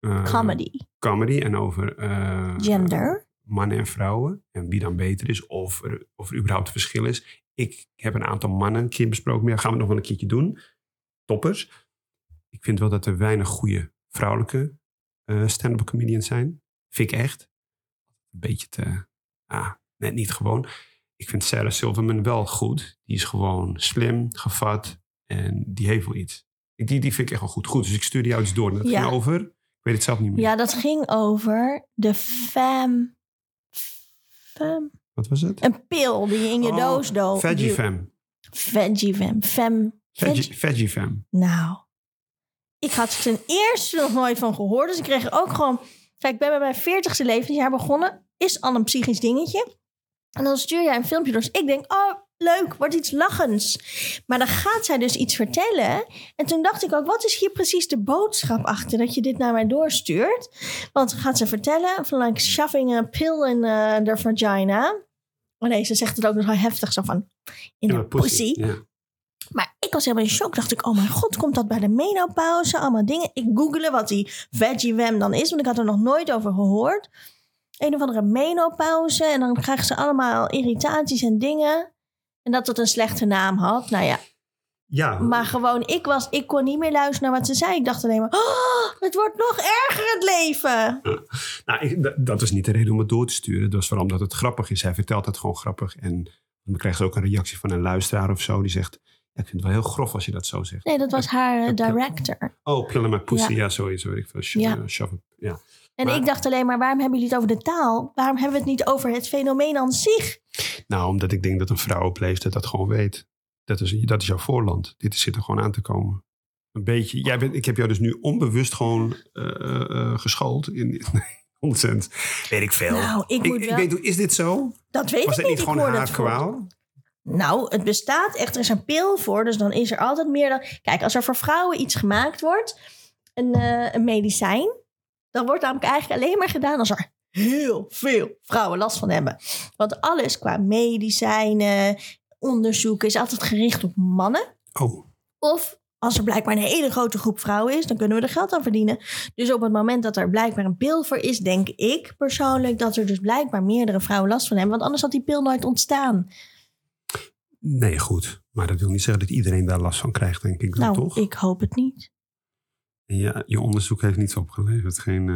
eh, Comedy, comedy en over... eh, gender. mannen en vrouwen. En wie dan beter is. Of er, of er überhaupt een verschil is. Ik heb een aantal mannen een keer besproken. Maar ja, gaan we nog wel een keertje doen. Toppers. Ik vind wel dat er weinig goede vrouwelijke eh, stand-up comedians zijn. Vind ik echt. Een beetje te... Ah, net niet gewoon. Ik vind Sarah Silverman wel goed. Die is gewoon slim, gevat. En die heeft wel iets. Die, die vind ik echt wel goed. Goed, dus ik stuur die jou iets door. En dat Ja. ging over, ik weet het zelf niet meer. Ja, dat ging over de fam. fam. Wat was het? Een pil die je in je Oh, doos doopt. Veggie Fam. Veggie fam. Fam. Veggie, veggie Fam. Nou, ik had er ten eerste nog nooit van gehoord. Dus ik kreeg er ook gewoon... Kijk, ik ben bij mijn veertigste levensjaar begonnen. Is al een psychisch dingetje. En dan stuur jij een filmpje door. Dus ik denk, oh, leuk, wordt iets lachends. Maar dan gaat zij dus iets vertellen. En toen dacht ik ook, wat is hier precies de boodschap achter... dat je dit naar mij doorstuurt? Want dan gaat ze vertellen van like shoving a pill in eh, their vagina... Oh nee, ze zegt het ook nog wel heftig, zo van... Ja, In de maar pussy. Ja. Maar ik was helemaal in shock. Dacht ik, oh mijn god, komt dat bij de menopauze? Allemaal dingen. Ik googelde wat die veggie wem dan is, want ik had er nog nooit over gehoord. Een of andere menopauze. En dan krijgen ze allemaal irritaties en dingen. En dat het een slechte naam had. Nou ja, ja. maar gewoon, ik, was, ik kon niet meer luisteren naar wat ze zei. Ik dacht alleen maar, oh, het wordt nog erger het leven. Nou, ik- d- dat is niet de reden om het door te sturen. Dat is vooral omdat het grappig is. Hij vertelt het gewoon grappig. En dan krijgt ze ook een reactie van een luisteraar of zo. Die zegt, ja, ik vind het wel heel grof als je dat zo zegt. Nee, dat was haar eh, director. Oh, pillen maar pussy. Ja. Ja, sorry, sorry. Ik wil Ja. ja. ja. En Maar- ik dacht alleen maar, waarom hebben jullie het over de taal? Waarom hebben we het niet over het fenomeen aan zich? Nou, omdat ik denk dat een vrouw op leeftijd dat gewoon weet. Dat is, dat is jouw voorland. Dit zit er gewoon aan te komen. Een beetje. Jij bent, ik heb jou dus nu onbewust gewoon eh eh, geschoold. In, [LAUGHS] nee, ontzettend. Weet ik veel. Nou, ik ik, moet ik wel- weet, is dit zo? Dat weet Was ik dit niet niet. Ik gewoon hoor dat haar voor- kwaal? Nou, het bestaat echt. Er is een pil voor, dus dan is er altijd meer dan... Kijk, als er voor vrouwen iets gemaakt wordt, een, eh, een medicijn... dan wordt namelijk eigenlijk alleen maar gedaan als er heel veel vrouwen last van hebben. Want alles qua medicijnen, onderzoeken is altijd gericht op mannen. Oh, Of als er blijkbaar een hele grote groep vrouwen is, dan kunnen we er geld aan verdienen. Dus op het moment dat er blijkbaar een pil voor is, denk ik persoonlijk dat er dus blijkbaar meerdere vrouwen last van hebben. Want anders had die pil nooit ontstaan. nee, goed. Maar dat wil niet zeggen dat iedereen daar last van krijgt, denk ik. dan nou, toch? ik hoop het niet. En Ja, je onderzoek heeft niets opgeleverd. Geen, eh,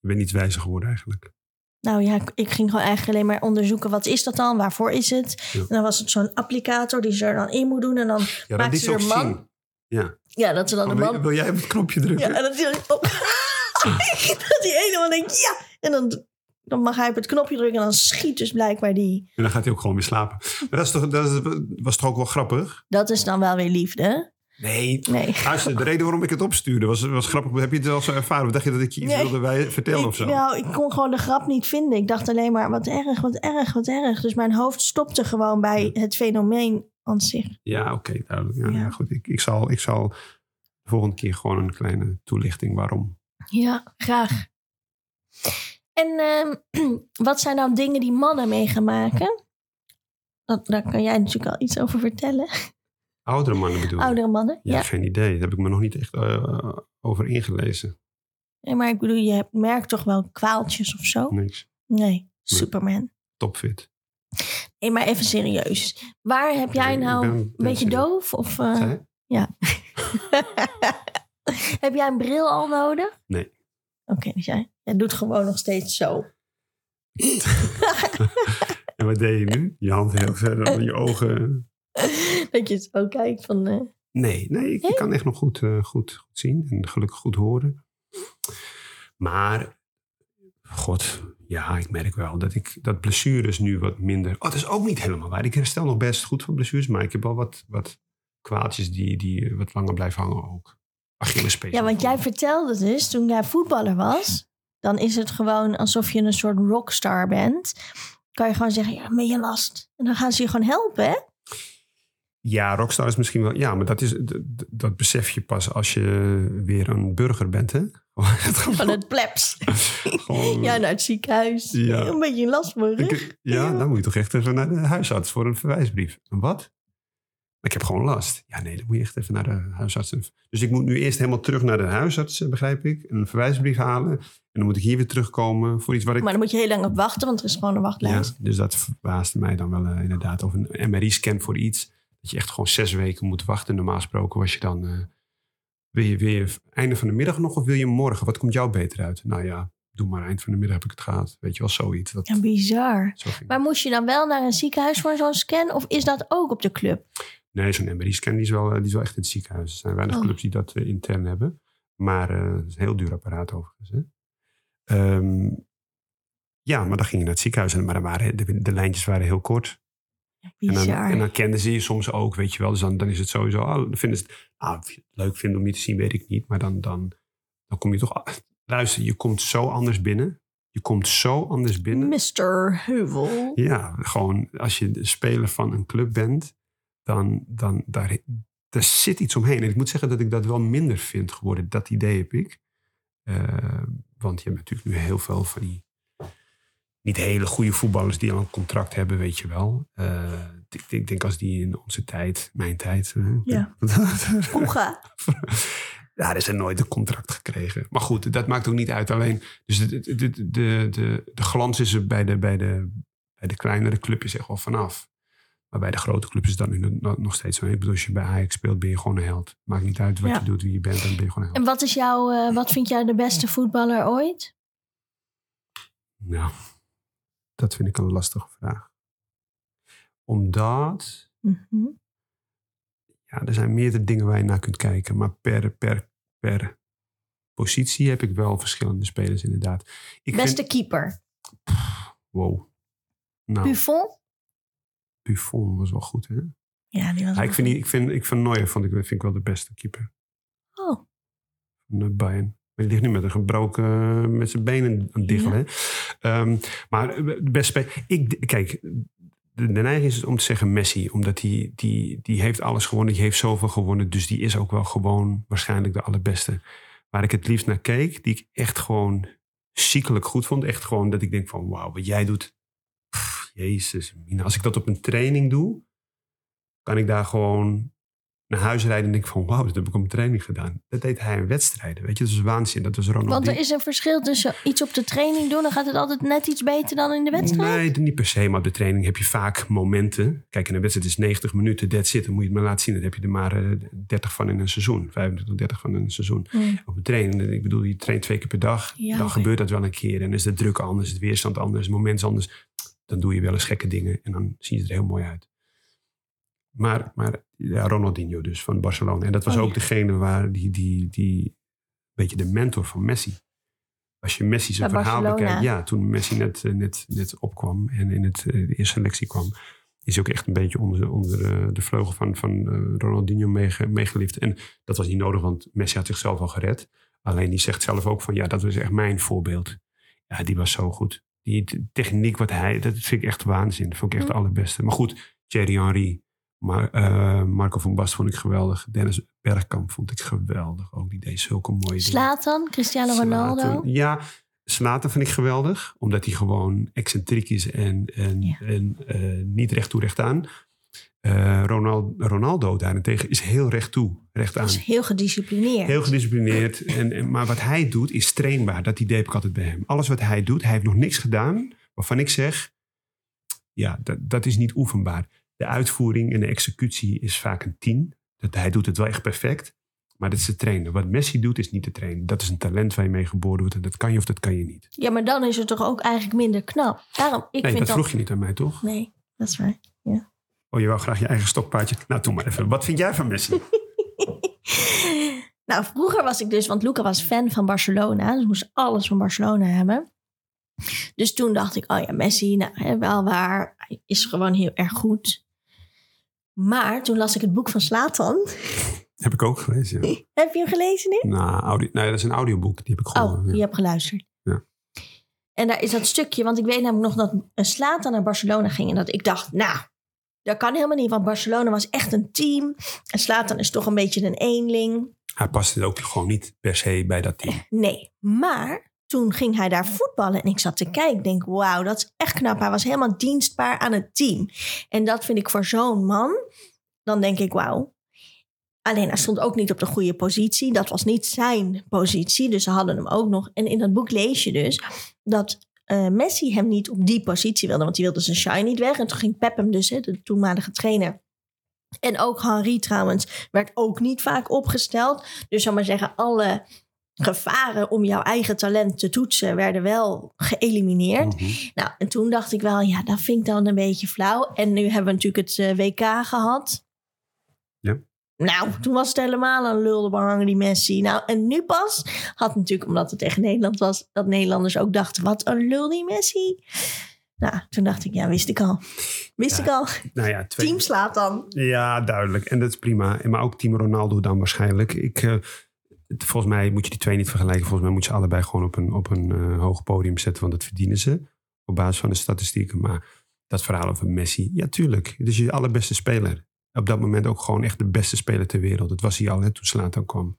je bent niet wijzer geworden eigenlijk. Nou ja, ik- ik ging gewoon eigenlijk alleen maar onderzoeken wat is dat dan, waarvoor is het. Ja. En dan was het zo'n applicator die ze er dan in moet doen en dan Ja, maakt dit ze er een man. Ja, dat ze dan Oh, een wil, man. wil jij op het knopje Ja, drukken? en dat hij dan- oh. [LAUGHS] dat die ene man denkt ja, en dan, dan mag hij op het knopje drukken en dan schiet dus blijkbaar die. En dan gaat hij ook gewoon weer slapen. Maar dat, is toch, dat is- was toch ook wel grappig? Dat is dan wel weer liefde. Nee. Nee. Luister, de reden waarom ik het opstuurde was, was grappig. Heb je het wel zo ervaren? Of dacht je dat ik je iets Nee. wilde wij- vertellen of Ik, zo? nou, ik kon gewoon de grap niet vinden. Ik dacht alleen maar wat erg, wat erg, wat erg. Dus mijn hoofd stopte gewoon bij het fenomeen aan zich. Ja, oké, duidelijk. Ja, Ja. ja, goed. Ik, ik, zal, ik zal de volgende keer gewoon een kleine toelichting waarom. Ja, graag. En ehm, [CLEARS THROAT] wat zijn nou dingen die mannen mee gaan maken? Dat, daar kan jij natuurlijk al iets over vertellen. Oudere mannen bedoel je? Oudere mannen. Ja, Ja. geen idee. Daar heb ik me nog niet echt eh, over ingelezen. Nee, maar ik bedoel, je hebt- merkt toch wel kwaaltjes of zo? Niks. Nee, Superman. Topfit. Nee, maar even serieus. Waar heb jij Nee, ik nou ben- een ben beetje serieus. doof? Of, eh, Zij? [LAUGHS] heb jij een bril al nodig? Nee. Oké, dus jij, jij doet gewoon nog steeds zo. [LAUGHS] En wat deed je nu? Je hand heel ver Eh. dan je ogen. dat je zo kijkt van... eh, Nee, nee, ik, ik kan echt nog goed, eh, goed, goed zien en gelukkig goed horen. Maar, god, ja, ik merk wel dat ik dat blessures nu wat minder. Oh, dat is ook niet helemaal waar. Ik herstel nog best goed van blessures, maar ik heb wel wat, wat kwaaltjes die, die eh, wat langer blijven hangen ook. Achillespees. Ja, want jij vertelde dus toen jij voetballer was, dan is het gewoon alsof je een soort rockstar bent. Kan je gewoon zeggen, ja, ben je last? En dan gaan ze je gewoon helpen, hè? Ja, rockstar is misschien wel. Ja, maar dat, is, d- d- dat besef je pas als je weer een burger bent, hè? [LAUGHS] Van het plebs. Gewoon- Ja, naar het ziekenhuis. Oh. Ja. Een beetje last van mijn rug. Ik- ja, dan moet je toch echt even naar de huisarts voor een verwijsbrief. Een wat? Ik heb gewoon last. Ja, nee, dan moet je echt even naar de huisarts. Dus ik moet nu eerst helemaal terug naar de huisarts, eh, begrijp ik. Een verwijsbrief halen. En dan moet ik hier weer terugkomen voor iets waar ik... Maar dan moet je heel lang op wachten, want er is gewoon een ja, wachtlijst. dus dat verbaasde mij dan wel eh, inderdaad. Of een MRI-scan voor iets. Dat je echt gewoon zes weken moet wachten. Normaal gesproken was je dan... eh, wil, je, wil je einde van de middag nog of wil je morgen? Wat komt jou beter uit? Nou ja, doe maar eind van de middag heb ik het gehad. Weet je wel, zoiets. Dat, Ja, bizar. zo ging Maar moest je dan wel naar een ziekenhuis voor zo'n scan? Of is dat ook op de club? Nee, zo'n MRI-scan die is, wel, eh, die is wel echt in het ziekenhuis. Er zijn weinig Oh. clubs die dat eh, intern hebben. Maar eh het is een heel duur apparaat overigens. Hè? Ehm, ja, maar dan ging je naar het ziekenhuis. en- Maar dan waren, de, de lijntjes waren heel kort. En dan, Bizar. en dan kenden ze je soms ook, weet je wel. Dus dan, dan is het sowieso, ah, dan vinden ze het ah, of je het leuk vinden om je te zien, weet ik niet. Maar dan, dan, dan kom je toch... a- Luister, je komt zo anders binnen. Je komt zo anders binnen. Mr. Heuvel. Ja, gewoon als je de speler van een club bent, dan, dan daar, daar zit iets omheen. En ik moet zeggen dat ik dat wel minder vind geworden. Dat idee heb ik. Eh, want je hebt natuurlijk nu heel veel van die niet hele goede voetballers die al een contract hebben, weet je wel. Eh, ik, ik denk als die in onze tijd, mijn tijd. eh, [LAUGHS] Ja. Koega. ja, er is er nooit een contract gekregen. Maar goed, dat maakt ook niet uit. Alleen, dus de, de, de, de, de, de glans is er bij de, bij, de, bij de kleinere club is echt wel vanaf. Maar bij de grote club is dat nu no- no- nog steeds zo. Ik bedoel, als je bij Ajax speelt, ben je gewoon een held. Maakt niet uit wat Ja. je doet, wie je bent, dan ben je gewoon een held. En wat is jouw, eh, wat vind jij de beste voetballer ooit? Nou, dat vind ik een lastige vraag. Omdat... Mhm. ja, er zijn meerdere dingen waar je naar kunt kijken. Maar per, per, per positie heb ik wel verschillende spelers inderdaad. Ik Beste Vind, keeper. wow. Nou, Buffon? Buffon was wel goed, hè? Ja, die was Ja, ik, vind, die- ik, vind, ik vind Neuer vond ik, vind ik wel de beste keeper Oh, van eh, Bayern. Maar die ligt nu met een gebroken, eh, met zijn benen aan het diggelen. hè? Ehm, maar eh, de beste speler... Ik, kijk, de, de neiging is om te zeggen Messi. Omdat die, die, die heeft alles gewonnen. Die heeft zoveel gewonnen. Dus die is ook wel gewoon waarschijnlijk de allerbeste. Waar ik het liefst naar keek. Die ik echt gewoon ziekelijk goed vond. Echt gewoon dat ik denk van wauw, wat jij doet. Pff, jezus, Mina. Als ik dat op een training doe. Kan ik daar gewoon naar huis rijden en denk van wauw, dat heb ik op een training gedaan. Dat deed hij in wedstrijden. Weet je, dat was waanzin. Dat was Ronaldinho. want er is een verschil tussen iets op de training doen, dan gaat het altijd net iets beter dan in de wedstrijd. Nee, niet per se. Maar op de training heb je vaak momenten. Kijk, in een wedstrijd is 90 minuten, that's it. Dan moet je het maar laten zien. Dan heb je er maar eh, 30 van in een seizoen. 25 tot 30 van in een seizoen. Hmm. Op de training, ik bedoel, je traint twee keer per dag. Ja, dan oké. gebeurt dat wel een keer. En is de druk anders, het weerstand anders, het moment is anders. Dan doe je wel eens gekke dingen en dan zie je er heel mooi uit. Maar, maar ja, Ronaldinho dus, van Barcelona. En dat was Oh, ja. ook degene waar die, die, die... Een beetje de mentor van Messi. Als je Messi zijn Bij verhaal Barcelona. bekijkt... Ja, toen Messi net, eh, net, net opkwam en in het, eh, de eerste selectie kwam... is hij ook echt een beetje onder, onder eh, de vleugel van, van eh, Ronaldinho meege- meegelift. En dat was niet nodig, want Messi had zichzelf al gered. Alleen die zegt zelf ook van, ja, dat was echt mijn voorbeeld. Ja, die was zo goed. Die t- techniek wat hij, dat vind ik echt waanzin. Dat vond ik echt Mm. de allerbeste. Maar goed, Thierry Henry, maar, eh, Marco van Bast vond ik geweldig. Dennis Bergkamp vond ik geweldig. Ook die deed zulke mooie dingen. Slatan, Cristiano Ronaldo. Slater- Ja, Slater vind ik geweldig. Omdat hij gewoon excentriek is en, en, Ja. en eh, niet recht toe, recht aan. Eh, Ronald, Ronaldo daarentegen is heel recht toe, recht Dat aan. is heel gedisciplineerd. Heel gedisciplineerd. En, en, maar wat hij doet is trainbaar. Dat idee heb ik altijd bij hem. Alles wat hij doet, hij heeft nog niks gedaan waarvan ik zeg... Ja, dat, dat is niet oefenbaar. De uitvoering en de executie is vaak een tien. Dat, hij doet het wel echt perfect, maar dat is te trainen. Wat Messi doet, is niet te trainen. Dat is een talent waar je mee geboren wordt. En dat kan je of dat kan je niet. Ja, maar dan is het toch ook eigenlijk minder knap. Daarom, ik nee, vind dat vroeg je niet aan mij, toch? Nee, dat is waar. Oh, je wou graag je eigen stokpaardje. Nou, doe maar even. Wat vind jij van Messi? [LAUGHS] Nou, vroeger was ik dus, want Luca was fan van Barcelona. Dus moest alles van Barcelona hebben. Dus toen dacht ik, oh ja, Messi, nou, hè, wel waar. Hij is gewoon heel erg goed. Maar toen las ik het boek van Slatan. [LAUGHS] heb ik ook gelezen, ja. Heb je hem gelezen, Nick? Nou, audio, nou, dat is een audioboek. Die heb ik Oh, gewoon. je hebt geluisterd. Ja. En daar is dat stukje, want ik weet namelijk nog dat eh, Slatan naar Barcelona ging. En dat ik dacht, nou, dat kan helemaal niet. Want Barcelona was echt een team. En Slatan is toch een beetje een eenling. Hij past ook gewoon niet per se bij dat team. Nee, maar toen ging hij daar voetballen en ik zat te kijken. Ik denk, wauw, dat is echt knap. Hij was helemaal dienstbaar aan het team. En dat vind ik voor zo'n man, dan denk ik, wauw. Alleen hij stond ook niet op de goede positie. Dat was niet zijn positie, dus ze hadden hem ook nog. En in dat boek lees je dus dat eh, Messi hem niet op die positie wilde, want hij wilde zijn shine niet weg. En toen ging Pep hem dus, hè, de toenmalige trainer. En ook Henri trouwens, werd ook niet vaak opgesteld. Dus zou maar zeggen, alle gevaren om jouw eigen talent te toetsen werden wel geëlimineerd. Nou, en toen dacht ik wel, ja, dat vind ik dan een beetje flauw. En nu hebben we natuurlijk het eh, WK gehad. Ja. Nou, toen was het helemaal een lul de hangen die Messi. Nou, en nu pas had natuurlijk, omdat het tegen Nederland was, dat Nederlanders ook dachten, wat een lul die Messi. Nou, toen dacht ik, ja, wist ik al. Wist Ja, ik al. Nou ja, twee, Team slaat dan. Ja, duidelijk. En dat is prima. En Maar ook Team Ronaldo dan waarschijnlijk. Ik, eh, het- volgens mij moet je die twee niet vergelijken. Volgens mij moet je ze allebei gewoon op een, op een eh, hoog podium zetten. Want dat verdienen ze. Op basis van de statistieken. Maar dat verhaal over Messi. Ja, tuurlijk. Het is je allerbeste speler. Op dat moment ook gewoon echt de beste speler ter wereld. Dat was hij al hè, toen Slatan kwam.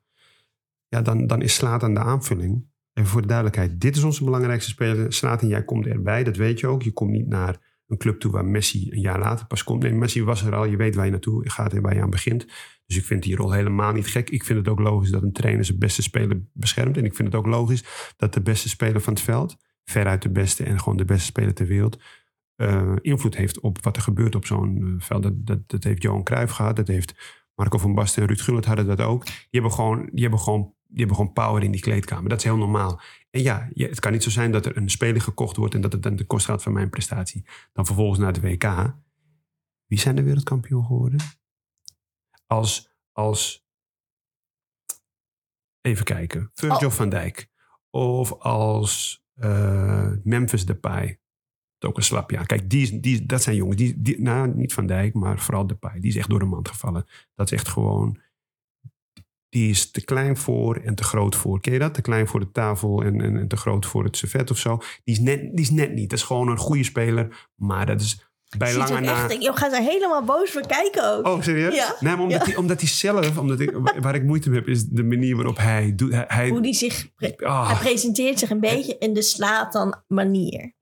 Ja, dan, dan is Slatan de aanvulling. Even voor de duidelijkheid. Dit is onze belangrijkste speler. Slatan, jij komt erbij. Dat weet je ook. Je komt niet naar een club toe waar Messi een jaar later pas komt. Nee, Messi was er al. Je weet waar je naartoe gaat en waar je aan begint. Dus ik vind die rol helemaal niet gek. Ik vind het ook logisch dat een trainer zijn beste speler beschermt. En ik vind het ook logisch dat de beste speler van het veld, veruit de beste en gewoon de beste speler ter wereld, eh, invloed heeft op wat er gebeurt op zo'n eh, veld. Dat, dat, dat heeft Johan Cruijff gehad. Dat heeft Marco van Basten en Ruud Gullit hadden dat ook. Die hebben gewoon, die hebben gewoon, die hebben gewoon power in die kleedkamer. Dat is heel normaal. En ja, je- het kan niet zo zijn dat er een speler gekocht wordt en dat het dan de kost gaat van mijn prestatie dan vervolgens naar de WK. Wie zijn de wereldkampioen geworden? Als, als even kijken, Virgil Oh. van Dijk. Of als eh, Memphis Depay. Dat is Ook een slap, ja. Kijk, die, is- die, is- dat zijn jongens. Die, die, nou, niet Van Dijk, maar vooral Depay. Die is echt door de mand gevallen. Dat is echt gewoon... Die is te klein voor en te groot voor. Ken je dat? Te klein voor de tafel en, en, en te groot voor het servet of zo. Die is, net, die is net niet. Dat is gewoon een goede speler. Maar dat is bij Ziet ook lange na... echt, ik ga er helemaal boos voor kijken ook. Oh, serieus? Ja. Nee, maar omdat, Ja. hij, omdat hij zelf, omdat ik, wa- waar ik moeite mee heb, is de manier waarop hij doet. Hij, hij- Hoe die zich... pre- Ah, Hij presenteert zich een beetje in de Slatan manier.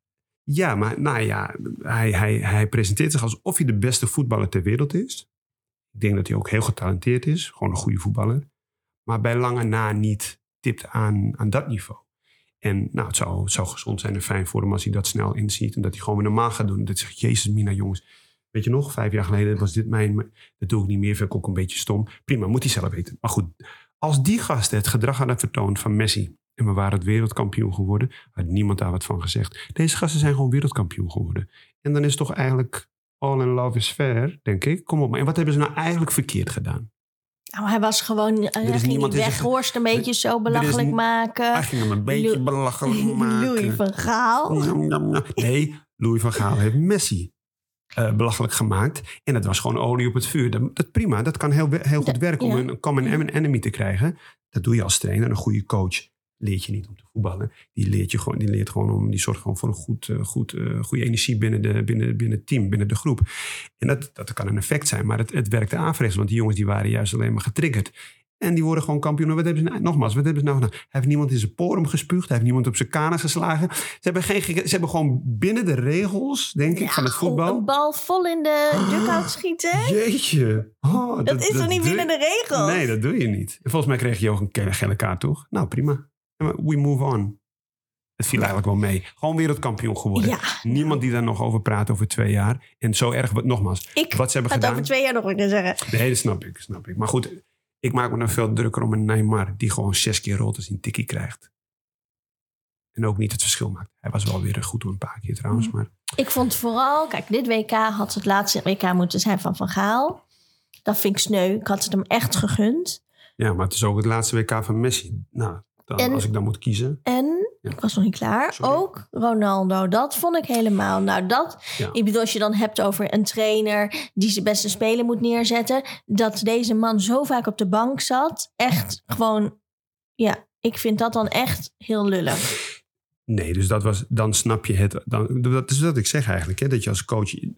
ja, maar nou ja, hij, hij, hij presenteert zich alsof hij de beste voetballer ter wereld is. Ik denk dat hij ook heel getalenteerd is, gewoon een goede voetballer. Maar bij lange na niet tipt aan, aan dat niveau. En nou, het zou, het zou gezond zijn en fijn voor hem als hij dat snel inziet. En dat hij gewoon weer normaal gaat doen. Dat zegt, jezus mina jongens. Weet je nog, vijf jaar geleden was dit mijn... Dat doe ik niet meer, vind ik ook een beetje stom. Prima, moet hij zelf weten. Maar goed, als die gasten het gedrag hadden vertoond van Messi... en we waren het wereldkampioen geworden... had niemand daar wat van gezegd. Deze gasten zijn gewoon wereldkampioen geworden. En dan is toch eigenlijk all in love is fair, denk ik. Kom op, maar en wat hebben ze nou eigenlijk verkeerd gedaan? Nou, hij was gewoon... Hij is ging niemand die die zich- weghorst een beetje zo belachelijk ni- Hij maken. ging hem een beetje Eh, Lou- belachelijk maken. [LAUGHS] Louis van Gaal. Nom, nom, nom. Nee, Louis van Gaal heeft Messi eh, belachelijk gemaakt. En dat was gewoon olie op het vuur. Dat, dat prima, dat kan heel, we- heel goed Dat- werken om ja. een common en- enemy te krijgen. Dat doe je als trainer. Een goede coach leert je niet om te voetballen. Die leert, je gewoon, die leert gewoon om, die zorgt gewoon voor een goed, eh, goed, eh, goede energie binnen, de, binnen, binnen het team, binnen de groep. En dat, dat kan een effect zijn, maar het, het werkte averechts. Want die jongens die waren juist alleen maar getriggerd. En die worden gewoon kampioen. En Wat hebben ze nou, nogmaals, wat hebben ze nou gedaan? Hij heeft niemand in zijn porum gespuugd. Hij heeft niemand op zijn kanen geslagen. Ze hebben, geen, gek- ze hebben gewoon binnen de regels, denk ik, van het Een voetbal. bal vol [GASPS] in de dugout schieten. Jeetje. Oh, Dat, is toch niet doe- binnen de regels? Nee, dat doe je niet. En volgens mij kreeg je ook een ke- gele kaart, toch? Nou, prima. Ja, maar We move on. Het viel eigenlijk wel mee. Gewoon wereldkampioen geworden. Ja, Niemand die daar nog over praat over twee jaar. En zo erg, wat- nogmaals, ik ga wat ze hebben het gedaan. over twee jaar nog weer kunnen zeggen. Nee, dat snap ik, snap ik. Maar goed, ik maak me dan veel drukker om een Neymar die gewoon zes keer rolt als hij een tikkie krijgt. En ook niet het verschil maakt. Hij was wel weer goed door een paar keer trouwens, maar Ik vond vooral, kijk, dit WK had het laatste WK moeten zijn van Van Gaal. Dat vind ik sneu. Ik had het hem echt gegund. ja, maar het is ook het laatste WK van Messi. Nou, dan, En- als ik dan moet kiezen. En, Ja. ik was nog niet klaar, Sorry. ook Ronaldo. Dat vond ik helemaal, nou dat... Ja. Ik bedoel, als je dan hebt over een trainer die zijn beste speler moet neerzetten. Dat deze man zo vaak op de bank zat. Echt gewoon, ja, ik vind dat dan echt heel lullig. Nee, dus dat was, dan snap je het. Dan, dat is wat ik zeg eigenlijk, hè, dat je als coach, eh,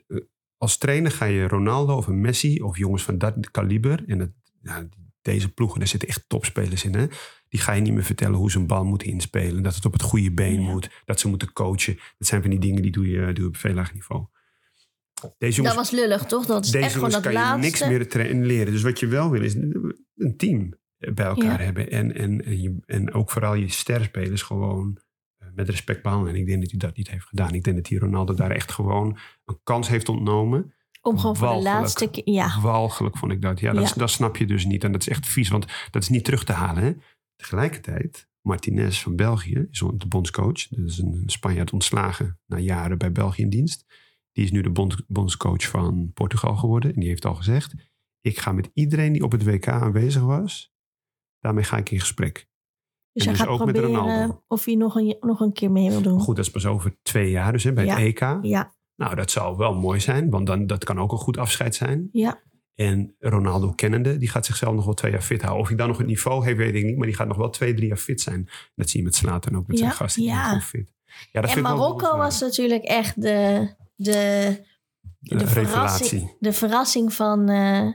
als trainer ga je Ronaldo of een Messi of jongens van dat kaliber. En dat, nou, deze ploegen, daar zitten echt topspelers in. Hè? Die ga je niet meer vertellen hoe ze een bal moeten inspelen. Dat het op het goede been Ja. moet. Dat ze moeten coachen. Dat zijn van die dingen die doe je, doe je op veel laag niveau. Deze jongens, dat was lullig, toch? Dat is deze echt gewoon jongens dat kan je laatste. niks meer tra- en leren. Dus wat je wel wil is een team bij elkaar Ja. hebben. En, en, en, je- en ook vooral je sterrenspelers gewoon eh, met respect behandelen. En ik denk dat hij dat niet heeft gedaan. Ik denk dat hij Ronaldo daar echt gewoon een kans heeft ontnomen. Om gewoon voor de Walgelijk. laatste keer. Ja, Walgelijk vond ik dat. Ja, dat, Ja. is- dat snap je dus niet. En dat is echt vies, want dat is niet terug te halen. Hè? Tegelijkertijd, Martinez van België is on- de bondscoach. Dat is een Spanjaard ontslagen na jaren bij België in dienst. Die is nu de bond- bondscoach van Portugal geworden. En die heeft al gezegd, Ik ga met iedereen die op het WK aanwezig was, daarmee ga ik in gesprek. Dus En hij dus gaat ook met proberen Ronaldo. of hij nog een, nog een keer mee wil doen. Maar goed, dat is pas over twee jaar dus, hè, bij Oh. Ja. het EK. Ja, Nou, dat zou wel mooi zijn, want dan, dat kan ook een goed afscheid zijn. ja. En Ronaldo kennende, die gaat zichzelf nog wel twee jaar fit houden. Of hij dan nog het niveau heeft, weet ik niet. Maar die gaat nog wel twee, drie jaar fit zijn. Dat zie je met Slater ook, met Ja, zijn gasten. Die ja. zijn gewoon fit. Ja, dat en vind ik wel Marokko belangrijk. was natuurlijk echt de, de, de, De verrassing, revelatie. de verrassing van... eh,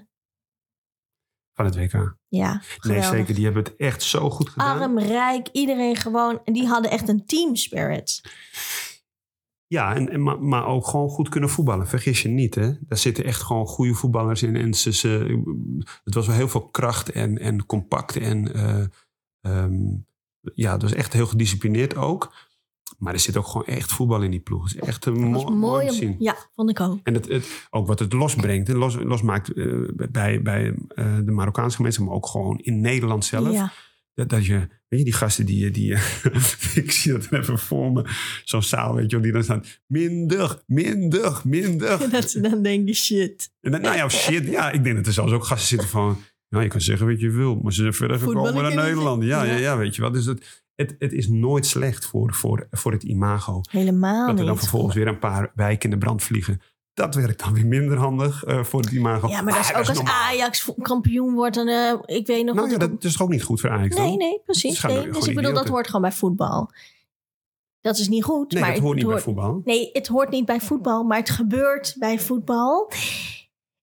van het WK. ja, Nee, geweldig. zeker. Die hebben het echt zo goed gedaan. Arm, rijk, iedereen gewoon. En die hadden echt een team spirit. Ja, en, en, maar, maar ook gewoon goed kunnen voetballen. Vergis je niet, hè. Daar zitten echt gewoon goede voetballers in. En ze, ze, eh, het was wel heel veel kracht en, en compact. En eh, ehm, ja, het was echt heel gedisciplineerd ook. Maar er zit ook gewoon echt voetbal in die ploeg. Het is echt een Dat was mooi, mooi om te zien. Ja, vond ik ook. En het, het, ook wat het losbrengt. En los, losmaakt eh, bij, bij eh, de Marokkaanse gemeenschap, maar ook gewoon in Nederland zelf. Ja. [LAUGHS] Dat, dat je, weet je, die gasten die, die [LAUGHS] ik zie dat even voor me, zo'n zaal, weet je, wel, die dan staan, minder, minder, minder. Dat ze dan denken, shit, En dan, nou ja, shit, ja, ik denk dat er zelfs ook gasten zitten van, nou, je kan zeggen wat je wilt, maar ze zijn verder even Voetballen komen naar kunnen ze- Nederland. Ja, ja, ja. ja, weet je wel. Dus het, het, het is nooit slecht voor, voor, voor het Ah, imago. helemaal Dat niet. er dan vervolgens weer een paar wijken in de brand vliegen. Dat werkt dan weer minder handig eh, voor het imago. Ja, [LAUGHS] maar dat is Ah, ook als normaal. Ajax vo- kampioen wordt. En, eh, ik weet nog Nou wat ja, ik op- dat is toch ook niet goed voor Ajax Nee, dan? nee, precies. Ze gaan nee. er Dus gewoon ik bedoel, dat idioten. hoort gewoon bij voetbal. Dat is niet goed. Nee, maar dat hoort niet het bij voetbal. Nee, het hoort niet bij voetbal, maar het gebeurt bij voetbal.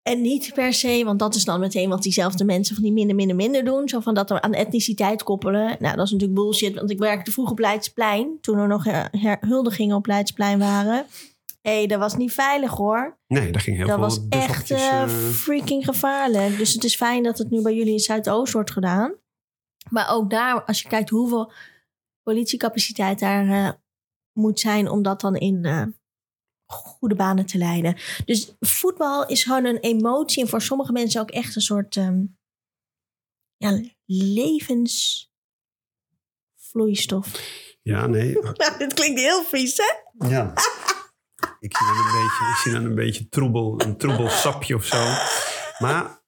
En niet per se, want dat is dan meteen wat diezelfde mensen van die minder, minder, minder doen. Zo van dat we aan etniciteit koppelen. Nou, dat is natuurlijk bullshit, want ik werkte vroeger op Leidsplein. Toen er nog eh, herhuldigingen op Leidsplein waren. Hé, dat was niet veilig hoor. Nee, daar ging heel dat veel was echt disseltjes, eh, eh, freaking gevaarlijk. Dus het is fijn dat het nu bij jullie in Zuidoost wordt gedaan. Maar ook daar, als je kijkt hoeveel politiecapaciteit daar eh, moet zijn om dat dan in eh, goede banen te leiden. Dus voetbal is gewoon een emotie en voor sommige mensen ook echt een soort ehm, ja, levensvloeistof. [LAUGHS] Ja, nee. Nou, dit klinkt heel vies, hè? Ja. [LAUGHS] ik, zie dan een beetje, ik zie dan een beetje troebel, een troebel sapje of zo. Maar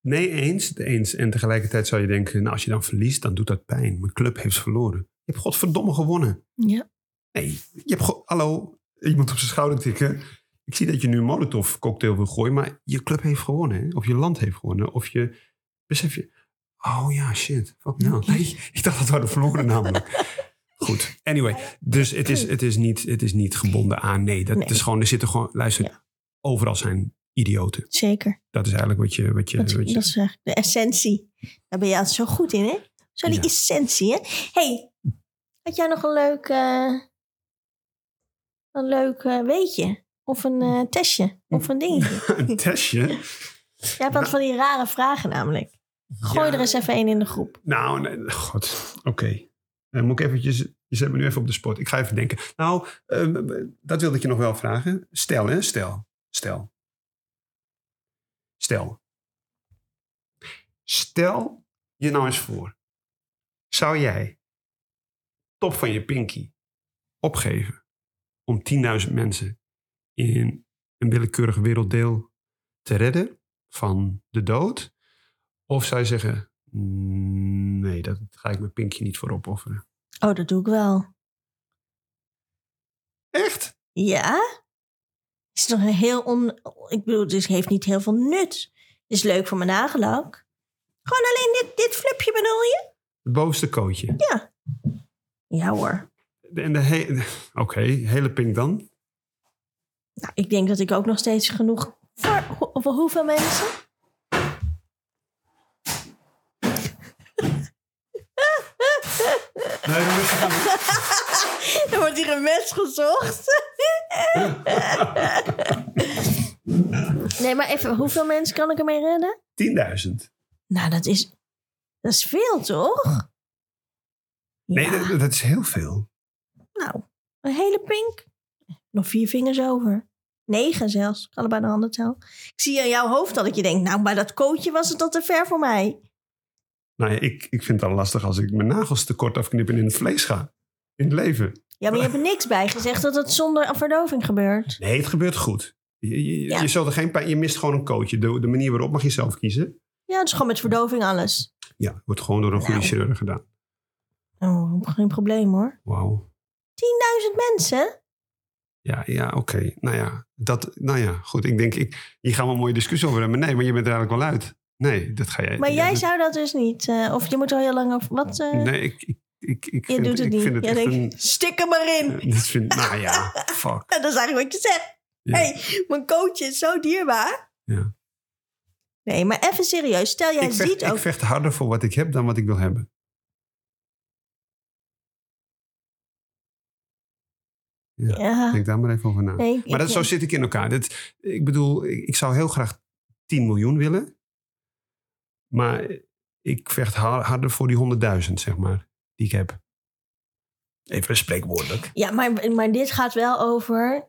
nee, eens, eens. En tegelijkertijd zou je denken, nou, als je dan verliest, dan doet dat pijn. Mijn club heeft verloren. Je hebt godverdomme gewonnen. Ja. Nee, je hebt gewoon, hallo, iemand op zijn schouder tikken. Ik zie dat je nu een molotov cocktail wil gooien, maar je club heeft gewonnen. Hè? Of je land heeft gewonnen. Of je, besef je, oh ja, shit. Fuck nou. Nee, [LAUGHS] ik dacht dat we hadden verloren namelijk. Goed. Anyway, dus het is, het is, niet, het is niet gebonden aan. Nee, dat Nee. is gewoon. Er zitten gewoon. Luister, overal zijn idioten. Zeker. Dat is eigenlijk wat je. Wat je, Dat, wat je dat is eh, de essentie. Daar ben je altijd zo goed in, hè? Zo die Ja. essentie, hè? hey, had jij nog een leuk, eh, een leuk eh, weetje? Of een eh, testje? Of een [LAUGHS] dingetje? [LAUGHS] een testje. jij hebt altijd van die rare vragen namelijk. Gooi Ja. er eens even één in de groep. Nou, nee, god. Oké. Dan moet ik eventjes. Je zet me nu even op de spot. Ik ga even denken. Nou, eh, dat wilde ik je nog wel vragen. Stel, hè? Stel. Stel. Stel. Stel je nou eens voor. Zou jij top van je pinky opgeven om 10.000 mensen in een willekeurig werelddeel te redden van de dood? Of zou je zeggen, "Mm, nee, daar ga ik mijn pinkje niet voor opofferen. Oh, dat doe ik wel. Echt? Ja? Is toch een heel on... Ik bedoel, dit heeft niet heel veel nut. Het is leuk voor mijn nagellak. Gewoon alleen dit, dit flipje bedoel je? Het bovenste kootje. Ja hoor. En de he- Oké, hele pink dan? Nou, ik denk dat ik ook nog steeds genoeg. Voor, ho- voor hoeveel mensen? Nee, dan moet je gaan- [LAUGHS] Er wordt hier een mes gezocht. nee, maar even, hoeveel mensen kan ik ermee redden? 10.000. Nou, dat is. Dat is veel, toch? Nee, Ja, dat, dat is heel veel. nou, een hele pink. Nog vier vingers over. Negen zelfs, allebei de handen tel. Ik zie aan jouw hoofd dat ik je denkt, nou, bij dat kootje was het al te ver voor mij. Nou ja, ik, ik vind het al lastig als ik mijn nagels te kort afknip en in het vlees ga. In het leven. Ja, maar je hebt er niks bij gezegd dat het zonder verdoving gebeurt. Nee, het gebeurt goed. Je, je, Ja. je, zult er geen pijn, je mist gewoon een coachje. De, de manier waarop mag je zelf kiezen. Ja, dus gewoon met verdoving alles. Ja, wordt gewoon door een goede Nou. chirurg gedaan. Oh, geen probleem hoor. Wauw. 10.000 mensen? Ja, ja oké. Nou, ja, dat- nou ja, goed. Ik denk, ik, hier gaan we een mooie discussie over hebben. Nee, maar je bent er eigenlijk wel uit. Nee, dat ga jij. Maar jij dat- zou dat dus niet. eh, of je moet er al heel lang over. Wat? eh Nee, ik, ik, ik, ik, je vind, doet het ik niet. vind het Jij echt denkt, stik er maar in. [LAUGHS] een... Dat vind, nou ja, fuck. Dat is eigenlijk wat je zegt. Ja. hey, mijn coach is zo dierbaar. Ja. Nee, maar even serieus. Stel jij ik, vecht, ziet ook. ik vecht harder voor wat ik heb dan wat ik wil hebben. Ja. Denk daar maar even over na. Nee, ik- Maar dat, zo zit ik in elkaar. Dat, ik bedoel, ik, ik zou heel graag 10 miljoen willen. Maar ik vecht har- harder voor die 100.000, zeg maar, die ik heb. Even spreekwoordelijk. Ja, maar, maar dit gaat wel over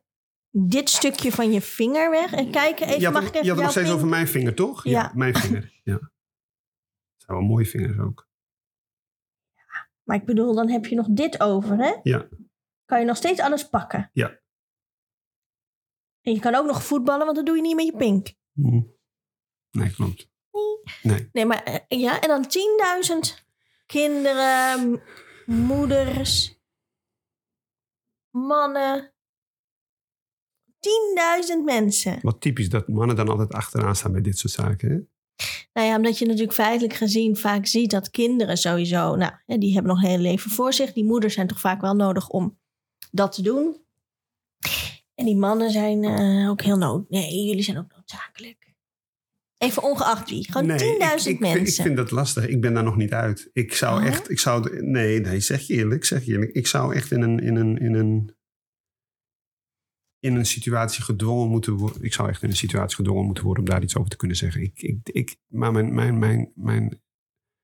dit stukje van je vinger weg. En kijken even, je had, mag het- ik even je had het nog jouw steeds vinger- over mijn vinger, toch? Ja. mijn [LAUGHS] vinger, ja. Het zijn wel mooie vingers ook. Maar ik bedoel, dan heb je nog dit over, hè? Ja. Kan je nog steeds alles pakken. Ja. En je kan ook nog voetballen, want dat doe je niet met je pink. Hm. Nee, klopt. Nee, maar eh, ja, en dan 10.000 kinderen, m- moeders, mannen. 10.000 mensen. Wat typisch dat mannen dan altijd achteraan staan bij dit soort zaken, hè? Nou ja, omdat je natuurlijk feitelijk gezien vaak ziet dat kinderen sowieso, nou, hè, die hebben nog een hele leven voor zich. Die moeders zijn toch vaak wel nodig om dat te doen. En die mannen zijn eh, ook heel nood. Nee, jullie zijn ook noodzakelijk. Even ongeacht wie. Gewoon Nee, 10.000 ik- ik, mensen. Vind, ik vind dat lastig. Ik ben daar nog niet uit. Ik zou Oh. echt, ik zou, nee, nee, zeg je eerlijk, zeg je eerlijk. Ik zou echt in een, in een, in een, in een situatie gedwongen moeten worden. Ik zou echt in een situatie gedwongen moeten worden om daar iets over te kunnen zeggen. Ik, ik, ik, maar mijn, mijn, mijn, mijn,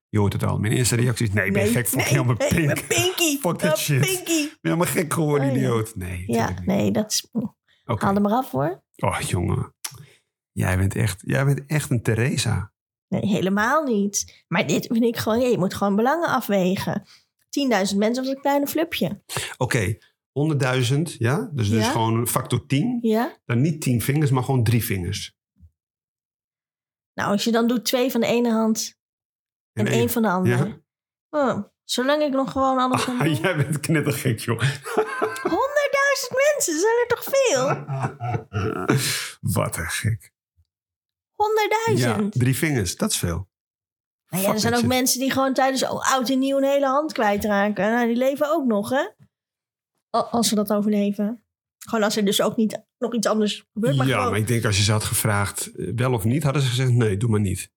je hoort het al. Mijn eerste reactie is, nee, ik ben gek. Fuck nee, helemaal nee, pink. mijn pinky. [LAUGHS] Fuck that Mijn shit. pinky. Ik ben helemaal gek geworden, Oh, ja. idioot. Nee, Ja, natuurlijk niet. nee, dat is... mm, Oké. Haal hem maar af hoor. Oh, jongen. Jij bent echt, jij bent echt een Theresa. Nee, helemaal niet. Maar dit vind ik gewoon... ja, je moet gewoon belangen afwegen. 10.000 mensen op dat kleine flupje. Oké, 100.000, ja? Dus, dus Ja. gewoon factor 10. Ja? Dan niet tien vingers, maar gewoon drie vingers. Nou, als je dan doet twee van de ene hand en, één van de andere. Ja. Oh, zolang ik nog gewoon [LAUGHS] alles kan doen. 100.000 Ah, Jij bent knettergek, joh. [LAUGHS] mensen, zijn er toch veel? Wat een gek. 100.000. Ja, drie vingers, dat is veel. nou ja, er Fuck zijn it, ook shit. mensen die gewoon tijdens oh, oud en nieuw een hele hand kwijtraken. Nou, die leven ook nog, hè? Al- Als ze dat overleven. Gewoon als er dus ook niet nog iets anders gebeurt. Maar Ja, gewoon- maar ik denk als je ze had gevraagd eh, wel of niet, hadden ze gezegd nee, doe maar niet.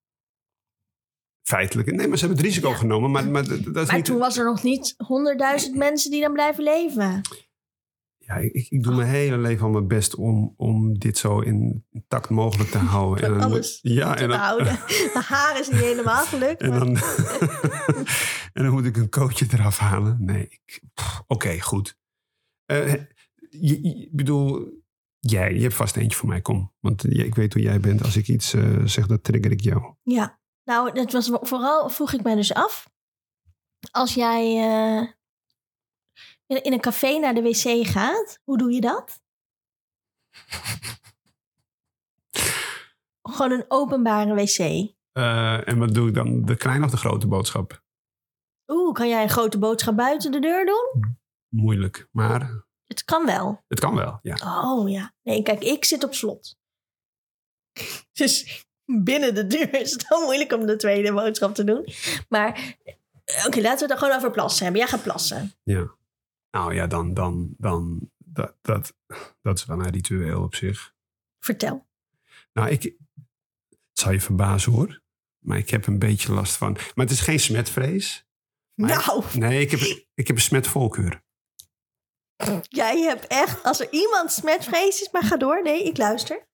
Feitelijk. Nee, maar ze hebben het risico genomen. Maar, maar, dat- dat is Maar niet... toen was er nog niet 100.000 mensen die dan blijven leven. Ja, ik, ik doe mijn hele leven al mijn best om, om dit zo intact mogelijk [LAUGHS] te houden. Van dan- alles ja, Te Ah, en dan, houden. [LAUGHS] Mijn haar is niet helemaal gelukt. En maar- dan, [LAUGHS] en dan moet ik een coachje eraf halen. Nee, ik- pff, oké, goed. Eh, je- je- Ik bedoel, jij, je hebt vast eentje voor mij, kom. Want je- ik weet hoe jij bent. Als ik iets eh, zeg, dan trigger ik jou. Ja, nou, dat was vooral, vroeg ik mij dus af. Als jij eh, in- in een café naar de wc gaat, hoe doe je dat? Gewoon een openbare wc. Eh, en wat doe ik dan? De kleine of de grote boodschap? Oeh, kan jij een grote boodschap buiten de deur doen? Moeilijk, maar Het kan wel. het kan wel, ja. Oh ja. Nee, kijk, ik zit op slot. [LAUGHS] Dus binnen de deur is het al moeilijk om de tweede boodschap te doen. Maar eh, oké, laten we het dan gewoon over plassen hebben. Jij gaat plassen. Nou ja, dan, dan, dan, dat, dat, dat is wel een ritueel op zich. Vertel. Nou, ik. Het zal je verbazen hoor. Maar ik heb een beetje last van. Maar het is geen smetvrees. Maar- Nou, Nee, ik heb, ik heb een smetvoorkeur. jij hebt echt, als er iemand smetvrees is, maar ga door. Nee, ik luister.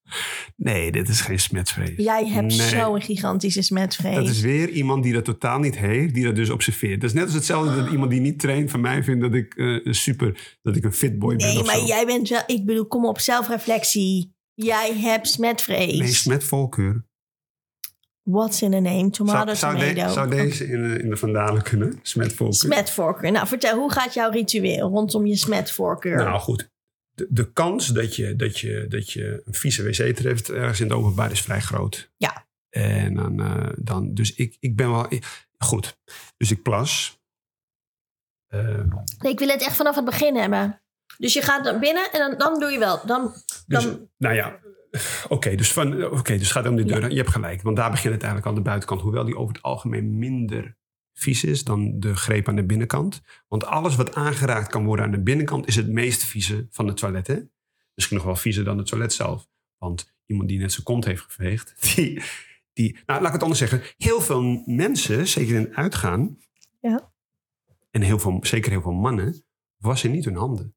Nee, dit is geen smetvrees. Jij hebt Nee. zo'n gigantische smetvrees. Dat is weer iemand die dat totaal niet heeft, die dat dus observeert. Dat is net als hetzelfde Ah. dat iemand die niet traint van mij vindt dat ik eh, een super, dat ik een fitboy ben. nee, of maar zo. jij bent wel, ik bedoel, kom op, zelfreflectie. Jij hebt smetvrees. Nee, smetvoorkeur. What's in a name? Tomato, Zou, zou, de- tomato. zou deze in, de- in de vandalen kunnen? Smetvoorkeur. Smetvoorkeur. Nou, vertel, hoe gaat jouw ritueel rondom je smetvoorkeur? Nou goed, de, de kans dat je, dat, je, dat je een vieze wc treft ergens in het openbaar is vrij groot. Ja. En dan, eh, dan dus ik, ik ben wel, ik- goed. Dus ik plas. Eh, Nee, ik wil het echt vanaf het begin hebben. Dus je gaat dan binnen en dan, dan doe je wel. Dan, dus, dan, nou ja, oké, dus van, oké, dus gaat om de deur. Je hebt gelijk, want daar begint het eigenlijk aan de buitenkant. Hoewel die over het algemeen minder vies is dan de greep aan de binnenkant. Want alles wat aangeraakt kan worden aan de binnenkant is het meest vieze van het toilet. Hè? Misschien nog wel viezer dan het toilet zelf. Want iemand die net zijn kont heeft geveegd, [LAUGHS] die, die, nou laat ik het anders zeggen. Heel veel mensen, zeker in het uitgaan, Ja. en heel veel, zeker heel veel mannen, wassen niet hun handen.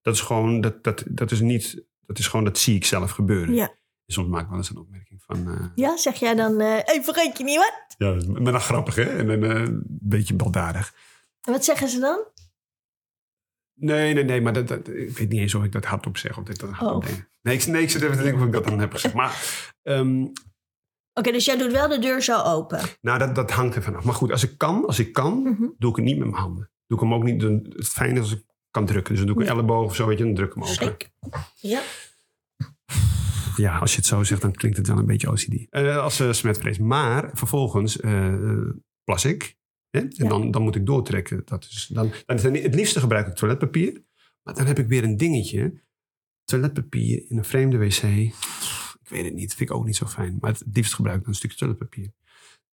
Dat is gewoon, dat, dat, dat is niet, dat is gewoon, dat zie ik zelf gebeuren. Ja. Soms maak ik wel eens een opmerking van, eh, ja, zeg jij dan, eh hey, vergeet je niet wat? ja, dat is maar dan grappig hè, en dan eh, een beetje baldadig. En wat zeggen ze dan? Nee, nee, nee, maar dat, dat- ik weet niet eens of ik dat hardop zeg. Of dit dat hardop Oh. denk. Nee, ik, nee, ik zit even te denken of ik dat dan heb gezegd. Maar ehm, Oké, dus jij doet wel de deur zo open. nou, dat, dat hangt er vanaf. Maar goed, als ik kan, als ik kan, Mhm. doe ik het niet met mijn handen. Doe ik hem ook niet. dan- Het fijne is als ik kan drukken. Dus dan doe ik een elleboog of zo, weet je, dan druk ik hem open. Schrik. Ja. Ja, als je het zo zegt, dan klinkt het wel een beetje OCD. Eh, als eh, smetvrees. Maar vervolgens eh, plas ik. Hè? En Ja. dan, dan moet ik doortrekken. Dat is, dan, dan is het, het liefste gebruik ik toiletpapier. Maar dan heb ik weer een dingetje. Toiletpapier in een vreemde wc. Ik weet het niet. Vind ik ook niet zo fijn. Maar het liefst gebruik ik dan een stukje toiletpapier.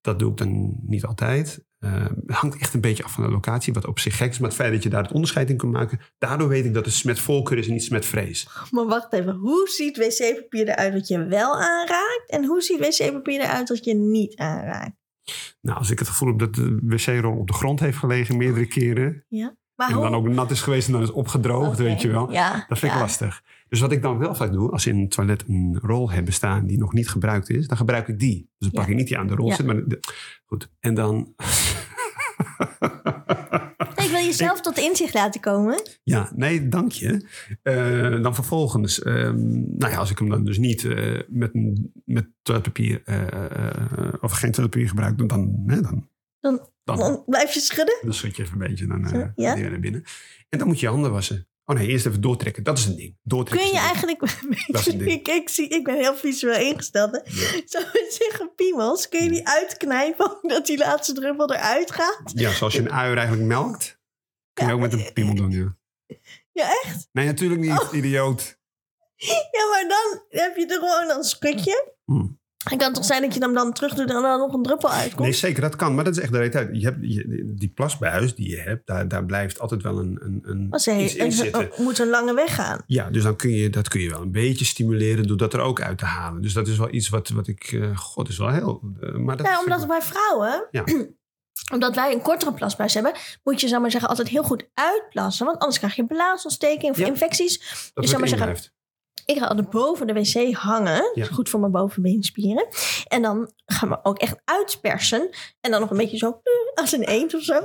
Dat doe ik dan niet altijd. Eh, het hangt echt een beetje af van de locatie. Wat op zich gek is. Maar het feit dat je daar het onderscheid in kunt maken. Daardoor weet ik dat het smetvoorkeur is en niet smetvrees. Maar wacht even, hoe ziet wc-papier eruit dat je wel aanraakt? En hoe ziet wc-papier eruit dat je niet aanraakt? Nou, als ik het gevoel heb dat de wc-rol op de grond heeft gelegen meerdere keren. Maar En hoe... dan ook nat is geweest en dan is opgedroogd, Oh. Oké, weet je wel. Ja, Dat vind ik ja. lastig. Dus wat ik dan wel vaak doe, als ze in het toilet een rol hebben staan die nog niet gebruikt is, dan gebruik ik die. Dus dan pak Ja. ik niet die aan de rol Ja. zit, maar de- goed. En dan, Nee, ik wil jezelf tot inzicht laten komen. ja, nee, dank je. Eh, dan vervolgens, ehm, nou ja, als ik hem dan dus niet eh, met, een- met toiletpapier eh, eh, of geen toiletpapier gebruik, dan, dan, hè, dan, Dan- Oh. Dan blijf je schudden. Dan schud je even een beetje en dan eh, Zo, ga ja? je weer naar binnen. En dan moet je je handen wassen. Oh nee, eerst even doortrekken. Dat is een ding. Kun Doortrekken. je is een ding. eigenlijk... Dat is het ding. [LAUGHS] ik, ik, zie, ik ben heel visueel ingesteld. Hè? Zou ik zeggen, piemels, kun je die uitknijpen... [LAUGHS] dat die laatste druppel eruit gaat? Ja, zoals je een uier eigenlijk melkt. Kun je ook met een piemel doen, ja. eh, Ja, echt? Oh. Nee, natuurlijk niet, idioot. Ja, maar dan heb je er gewoon een schukje. Hmm. Het kan toch zijn dat je hem dan terug doet en dan nog een druppel uitkomt? Nee, zeker, dat kan. Maar dat is echt de realiteit. Je hebt, je- die plas bij huis die je hebt, daar, daar blijft altijd wel een, een, een Als hij iets in zitten. moet een lange weg gaan. Ja, dus dan kun je, dat kun je wel een beetje stimuleren door dat er ook uit te halen. Dus dat is wel iets wat, wat ik... eh, God, dat is wel heel... eh, maar dat Nou, omdat bij vrouwen, Ja. [CLEARS THROAT] omdat wij een kortere plasbuis hebben, moet je, zou maar zeggen, altijd heel goed uitplassen. Want anders krijg je blaasontsteking of Ja. infecties. dat je zou het maar in zeggen- blijft. Ik ga altijd boven de wc hangen. Dat is Ja. goed voor mijn bovenbeenspieren. En dan gaan we ook echt uitpersen. En dan nog een beetje zo, [LAUGHS] eh, als een eend of zo.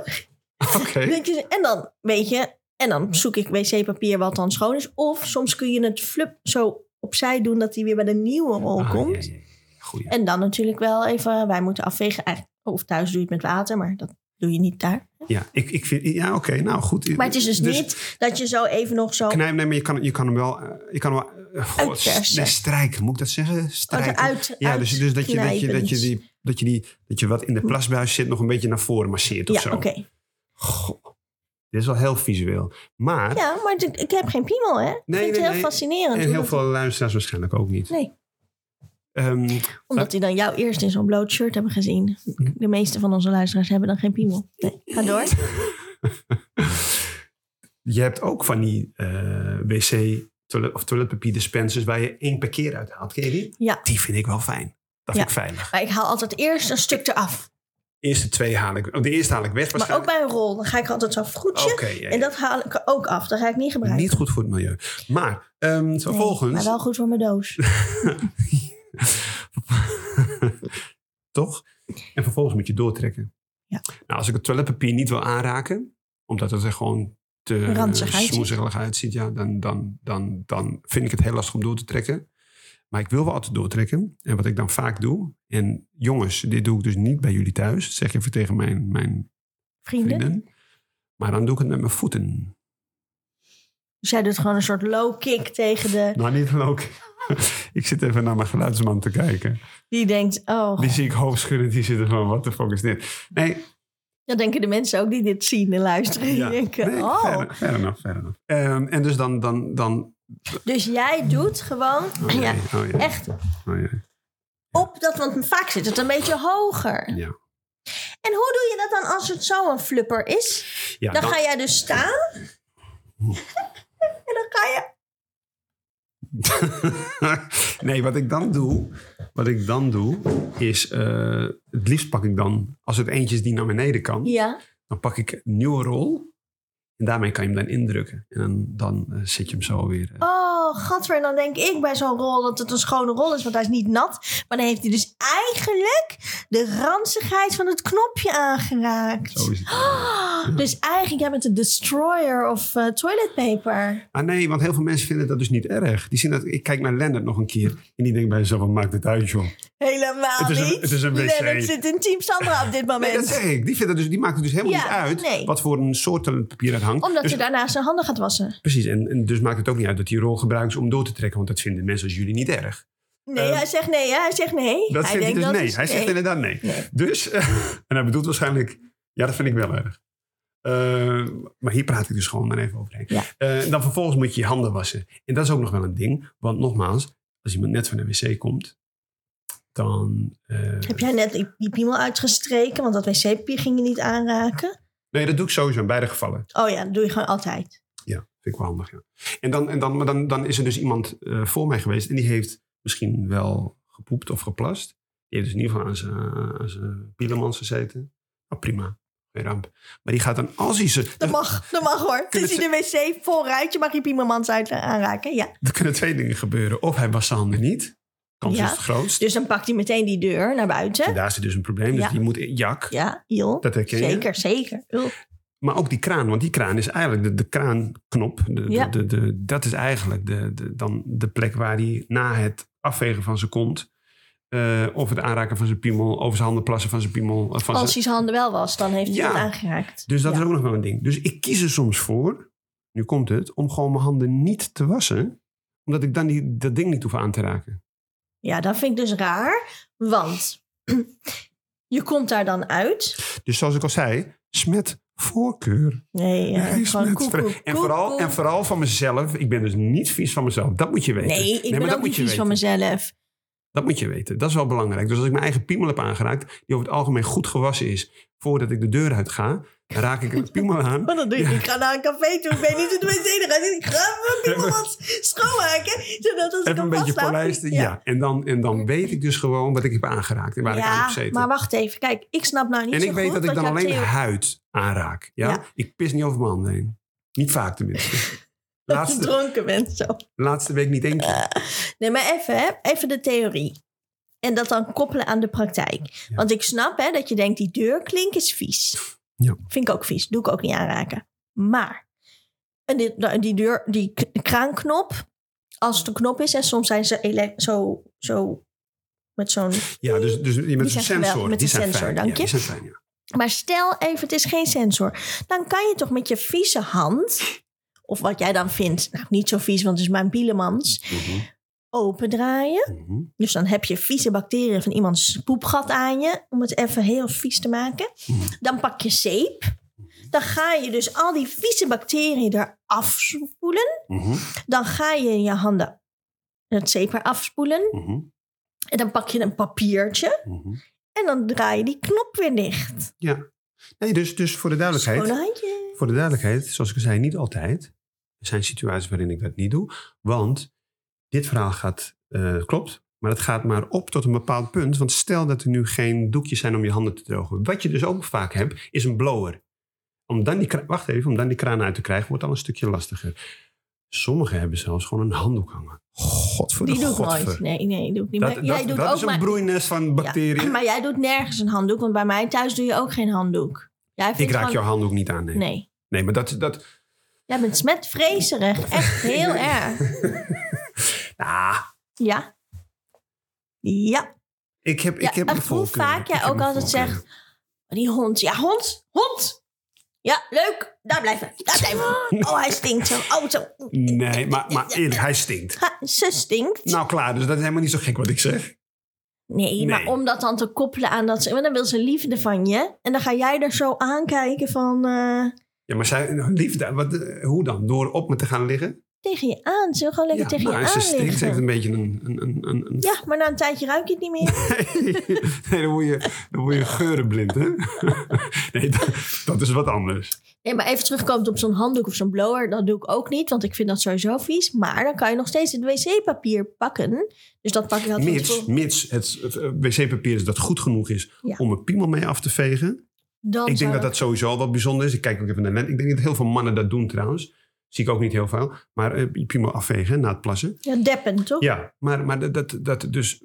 Oké. [LAUGHS] Weet je, En dan, weet je, en dan zoek ik wc-papier wat dan schoon is. Of soms kun je het flup zo opzij doen dat hij weer bij de nieuwe rol Ah, ja, komt. ja, ja. Goeie. En dan natuurlijk wel even, wij moeten afvegen. Eigenlijk, of thuis doe je het met water, maar dat doe je niet daar. Ja, ik, ik vind, ja oké, nou goed. Maar het is dus, niet dat je zo even nog zo Knijp, nee, maar je kan, je kan hem wel... eh, Je kan hem wel eh, goh, Uitpersen. nee, strijken, moet ik dat zeggen? Strijken. Oh, uit, ja, dus, dus dat, je, dat, je, dat, je uitknijpend. die, dat je die... Dat je wat in de plasbuis zit nog een beetje naar voren masseert of Ja, zo. oké. Goh, dit is wel heel visueel. Maar, Ja, maar ik, ik heb geen piemel, hè? ik Nee, vind nee, het heel nee. fascinerend. en heel omdat, veel luisteraars waarschijnlijk ook niet. Nee. Ehm, omdat die dan jou eerst in zo'n bloot shirt hebben gezien. Mhm. De meeste van onze luisteraars hebben dan geen piemel. Nee, ga door. je hebt ook van die eh, wc... Toilet, of toiletpapier dispensers waar je één per keer uit haalt. Ken je die? Ja. Die vind ik wel fijn. Dat Ja. vind ik veilig. Maar ik haal altijd eerst een stuk eraf. eerste twee haal ik. oh, De eerste haal ik weg Maar ook waarschijnlijk. bij een rol. Dan ga ik altijd zo'n Oké, vroetje. ja, ja. En dat haal ik er ook af. Dat ga ik niet gebruiken. niet goed voor het milieu. Maar ehm, Nee, vervolgens. [LAUGHS] maar wel goed voor mijn doos. Toch? En vervolgens moet je doortrekken. Ja. Nou, als ik het toiletpapier niet wil aanraken, omdat het er gewoon te Ranzig uitziet. smoezelig uitziet, ja, dan, dan, dan, dan vind ik het heel lastig om door te trekken. Maar ik wil wel altijd doortrekken. En wat ik dan vaak doe, en jongens, dit doe ik dus niet bij jullie thuis, Dat zeg even tegen mijn, mijn Vrienden? vrienden. Maar dan doe ik het met mijn voeten. Dus jij doet gewoon een soort low kick tegen de... Nou, niet leuk. [LAUGHS] ik zit even naar mijn geluidsman te kijken. Die denkt, oh... Die zie ik hoofdschuddend. Die zitten van, wat de fuck is dit? Nee, Dat denken de mensen ook die dit zien en luisteren. Die Ja. denken, nee oh... verder, verder nog, verder nog. Ehm, en dus dan... dan, dan Dus jij doet gewoon oh jee, ja, oh jee, echt oh jee. op dat, want vaak zit het een beetje hoger. Ja. En hoe doe je dat dan als het zo'n flipper is? Ja, Dan ga jij dus staan. [LAUGHS] en dan ga je... [LAUGHS] nee, wat ik dan doe, wat ik dan doe, is eh, het liefst pak ik dan, als het eentje is die naar beneden kan, Ja. dan pak ik een nieuwe rol. En daarmee kan je hem dan indrukken. En dan, dan eh, zit je hem zo weer. eh. Oh, gadver. En dan denk ik bij zo'n rol dat het een schone rol is, want hij is niet nat. Maar dan heeft hij dus eigenlijk de ranzigheid van het knopje aangeraakt. Zo is het. Ah, [GASPS] Dus eigenlijk, jij bent een destroyer of eh, toilet paper. Ah nee, want heel veel mensen vinden dat dus niet erg. Die zien dat, ik kijk naar Lennart nog een keer. En die denkt bij zichzelf, wat maakt het uit joh. Helemaal Het is een- niet. het is een wc. Lennart zit in Team Sandra op dit moment. [LAUGHS] Nee, dat zeg ik. Die, vindt dat dus, die maakt het dus helemaal Ja, niet uit nee. wat voor een soort toiletpapier het hangt. Omdat Dus- je daarna zijn handen gaat wassen. Precies, en, en dus maakt het ook niet uit dat die rol gebruikt is om door te trekken. Want dat vinden mensen als jullie niet erg. Nee, Eh, hij zegt nee. hè? Hij zegt nee. Dat vindt hij hij denkt dus nee. is Hij zegt inderdaad nee. Nee. Dus, [LAUGHS] en hij bedoelt waarschijnlijk, ja, dat vind ik wel erg. Eh, maar hier praat ik dus gewoon maar even overheen. Ja. Eh, dan vervolgens moet je je handen wassen. En dat is ook nog wel een ding. Want nogmaals, als iemand net van de wc komt, dan... eh, Heb jij net die- die piemel uitgestreken? Want dat wc-papier ging je niet aanraken. Nee, dat doe ik sowieso in beide gevallen. Oh ja, dat doe je gewoon altijd. Ja, vind ik wel handig. Ja. En, dan, en dan, maar dan, dan is er dus iemand eh, voor mij geweest en die heeft misschien wel gepoept of geplast. Die heeft dus in ieder geval aan zijn- aan zijn pielemans gezeten. Nou, prima, geen ramp. Maar die gaat dan, als hij ze... Dat mag, dat mag hoor. Het is in de wc vooruit. Je mag je piemelmans uit eh, aanraken. Ja. [LAUGHS] Er kunnen twee dingen gebeuren. Of hij was zijn handen niet. Kans Ja. is het grootst. Dus dan pakt hij meteen die deur naar En buiten. daar zit dus een probleem. Dus Ja. die moet in- jak. Ja, joh. Dat herken je. Zeker, zeker. Joh. Maar ook die kraan. Want die kraan is eigenlijk de, de kraanknop. De, Ja. de, de, de- dat is eigenlijk de, de, dan de plek waar hij na het afvegen van zijn kont... eh, of het aanraken van zijn piemel, over zijn handen plassen van zijn piemel. eh, Van Als zijn- hij zijn handen wel was, dan heeft hij Ja. het aangeraakt. Dus dat Ja. is ook nog wel een ding. Dus ik kies er soms voor, nu komt het, om gewoon mijn handen niet te wassen. Omdat ik dan die, dat ding niet hoef aan te raken. Ja, dat vind ik dus raar. Want [CLEARS THROAT] je komt daar dan uit. Dus zoals ik al zei, smet voorkeur. Nee, ja, Hij is gewoon net koekoek, ver- en, vooral, koekoek. en vooral van mezelf. Ik ben dus niet vies van mezelf. Dat moet je weten. Nee, ik maar ben dat ook moet niet je vies van weten. [LAUGHS] mezelf. Dat moet je weten. Dat is wel belangrijk. Dus als ik mijn eigen piemel heb aangeraakt, die over het algemeen goed gewassen is, voordat ik de deur uit ga, dan raak ik een piemel [LAUGHS] aan. Want dan doe ik, ik ga naar een café toe, ik weet niet hoe de wc eruit ziet. Ik ga mijn piemel wat schoonmaken, zodat als ik Even een hem beetje vastlaat- polijsten. Ja, En, dan, en dan weet ik dus gewoon wat ik heb aangeraakt en waar ik aan heb Ja, gezeten. maar wacht even. Kijk, ik snap nou niet en zo ik weet goed dat ik wat dan jouw alleen theo- huid aanraak. Ja? Ja. Ik pis niet over mijn handen heen. Niet vaak tenminste. [LAUGHS] dat [LAUGHS] je Eh, laatste, [LAUGHS] dronken bent zo. laatste week niet één keer. Nee, maar even, hè? even de theorie. En dat dan koppelen aan de praktijk. Ja. Want ik snap hè, dat je denkt, die deurklink is vies. Ja. Vind ik ook vies, doe ik ook niet aanraken. Maar en die, die, deur, die k- kraanknop, als het een knop is... en soms zijn ze ele- zo, zo met zo'n... Ja, dus, dus je met een zijn sensor. geweldig. Met die een zijn sensor, fijn. dank Ja, je. die zijn fijn, ja. Maar stel even, het is geen sensor. Dan kan je toch met je vieze hand... of wat jij dan vindt, nou niet zo vies, want het is mijn bielemans... opendraaien... Mhm. Dus dan heb je vieze bacteriën van iemands poepgat aan je, om het even heel vies te maken. Mhm. Dan pak je zeep. Dan ga je dus al die vieze bacteriën eraf spoelen. Mhm. Dan ga je je handen het zeep eraf spoelen. Mhm. En dan pak je een papiertje. Mhm. En dan draai je die knop weer dicht. Ja. Nee, dus, dus voor de Gewoon duidelijkheid. een handje. Voor de duidelijkheid, zoals ik al zei, niet altijd. Er zijn situaties waarin ik dat niet doe. Want dit verhaal gaat, eh, klopt, maar het gaat maar op tot een bepaald punt. Want stel dat er nu geen doekjes zijn om je handen te drogen. Wat je dus ook vaak hebt, is een blower. Om dan die, kra- wacht even, om dan die kraan uit te krijgen, wordt al een stukje lastiger. Sommigen hebben zelfs gewoon een handdoek hangen. Godver, Die doe ik godver. nooit. Nee, nee, doe ik niet. Dat, maar dat, jij doet dat ook is een maar, broeinest van bacteriën. [LAUGHS] maar jij doet nergens een handdoek, want bij mij thuis doe je ook geen handdoek. Jij ik vindt raak jouw gewoon- handdoek niet aan. Nee, nee. Nee. maar dat, dat, Jij bent smetvrezerig. Echt [LAUGHS] heel erg. Ah, Ja. Ja. ik heb, ik Ja, heb en mijn hoe voorkeur. vaak jij Ik heb ook mijn altijd voorkeur. zegt, Die hond. Ja, hond. Hond. Ja, leuk. Daar blijven we. Daar blijven we. Oh, hij stinkt zo. Oh, zo. [LAUGHS] Nee, maar, maar eerlijk, hij stinkt. Ha, ze stinkt. Nou klaar, dus dat is helemaal niet zo gek wat ik zeg. nee, maar om dat dan te koppelen aan dat ze... Want dan wil ze liefde van je. En dan ga jij er zo aankijken van... eh, Ja, maar zij, nou, liefde, wat, eh, hoe dan? Door op me te gaan liggen? tegen je aan. Ze wil gewoon lekker tegen nou, je en ze aan stinkt, ze heeft liggen. een beetje een... een, een, een, [LAUGHS] een- Ja, maar na een tijdje ruik je het niet meer. nee, dan word, je, dan word je geurenblind, hè? [LAUGHS] nee, dat, dat is wat anders. Nee, maar even terugkomt op zo'n handdoek of zo'n blower. Dat doe ik ook niet, want ik vind dat sowieso vies. Maar dan kan je nog steeds het wc-papier pakken. Dus dat pak ik altijd van Mits, tevoren. mits het, het, eh, wc-papier is dat goed genoeg is Ja. om een piemel mee af te vegen. Ik Dan zou denk dat dat sowieso al wat bijzonder is. Ik kijk ook even naar Len. Ik denk dat heel veel mannen dat doen trouwens. Zie ik ook niet heel veel. Maar eh, je piemel afvegen na het plassen. Ja, deppen, toch? Ja, maar, maar dat, dat, dat dus...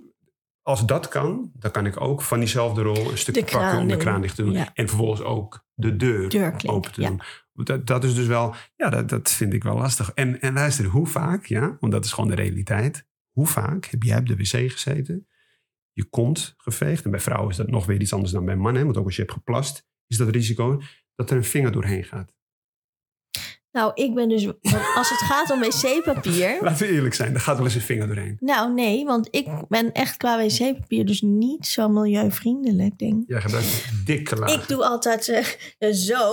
Als dat kan, dan kan ik ook van diezelfde rol een stukje De kraan pakken om de doen. kraan dicht te doen. Ja. En vervolgens ook de deur, Deurklink, open te ja. doen. Dat, dat is dus wel, ja, dat, dat vind ik wel lastig. En, en luister, hoe vaak, ja, want dat is gewoon de realiteit. Hoe vaak heb jij op de wc gezeten, je kont geveegd. En bij vrouwen is dat nog weer iets anders dan bij mannen. hè, Want ook als je hebt geplast, is dat risico dat er een vinger doorheen gaat. Nou, ik ben dus... want Als het gaat om wc-papier... [LAUGHS] Laten we eerlijk zijn, er gaat wel eens een vinger doorheen. Nou, nee, want ik ben echt qua wc-papier dus niet zo milieuvriendelijk, denk ik. Jij gebruikt dikke lagen. Ik doe altijd eh, zo. [LAUGHS]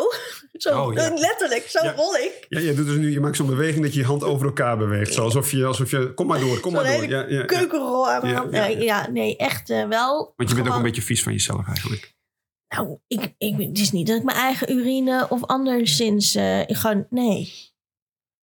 zo Ah. eh, Oh, ja. Letterlijk, zo Ja. rol ik. Ja, je, doet dus nu, je maakt zo'n beweging dat je je hand over elkaar beweegt. Zo alsof je, alsof je kom maar door, kom Zo'n maar door. hele Ja, ja, ja. Keukenrol aan mijn Ja, hand. ja, Ja, ja. nee, echt eh, wel. Want je bent ook gewoon- een beetje vies van jezelf eigenlijk. Nou, ik, ik, het is niet dat ik mijn eigen urine of anderszins... eh, ik gewoon, nee.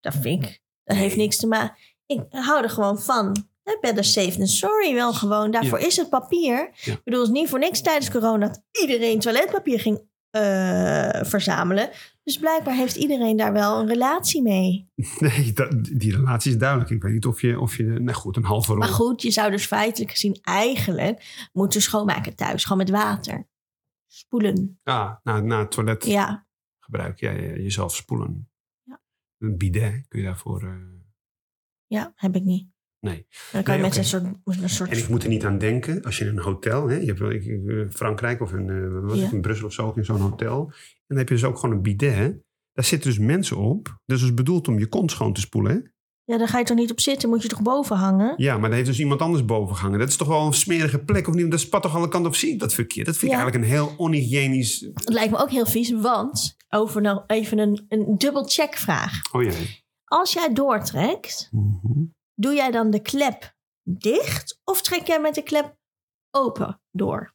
Dat vind ik. Dat heeft niks te maken. Ik hou er gewoon van. I Better safe than sorry wel gewoon. Daarvoor is het papier. Ja. Ik bedoel, het is niet voor niks tijdens corona... dat iedereen toiletpapier ging eh, verzamelen. Dus blijkbaar heeft iedereen daar wel een relatie mee. Nee, dat, die relatie is duidelijk. Ik weet niet of je, of je nou goed, een halve rol. Maar goed, je zou dus feitelijk gezien eigenlijk... moeten schoonmaken thuis, gewoon met water. Spoelen, Ah, na, na het toilet ja. gebruik jij eh, jezelf spoelen. Ja. Een bidet kun je daarvoor... eh, Ja, heb ik niet. Nee. Dan kan je Nee, met een soort... Een soort En ik moet er niet aan denken, als je in een hotel... Hè, je hebt wel ik- ik, eh, Frankrijk of in, eh, wat was Ja. het, in Brussel of zo, ook in zo'n hotel. En dan heb je dus ook gewoon een bidet. hè. Daar zitten dus mensen op. Dus dat is bedoeld om je kont schoon te spoelen. Hè? Ja, daar ga je toch niet op zitten? Moet je toch boven hangen? Ja, maar daar heeft dus iemand anders boven gehangen. Dat is toch wel een smerige plek, of niet? Dat spat toch alle kanten op. Zie ik dat verkeerd? Dat vind ik Ja. eigenlijk een heel onhygiënisch... Het lijkt me ook heel vies, want over nou even een, een dubbel checkvraag. Oh ja. Als jij doortrekt, Mhm. doe jij dan de klep dicht of trek jij met de klep open door?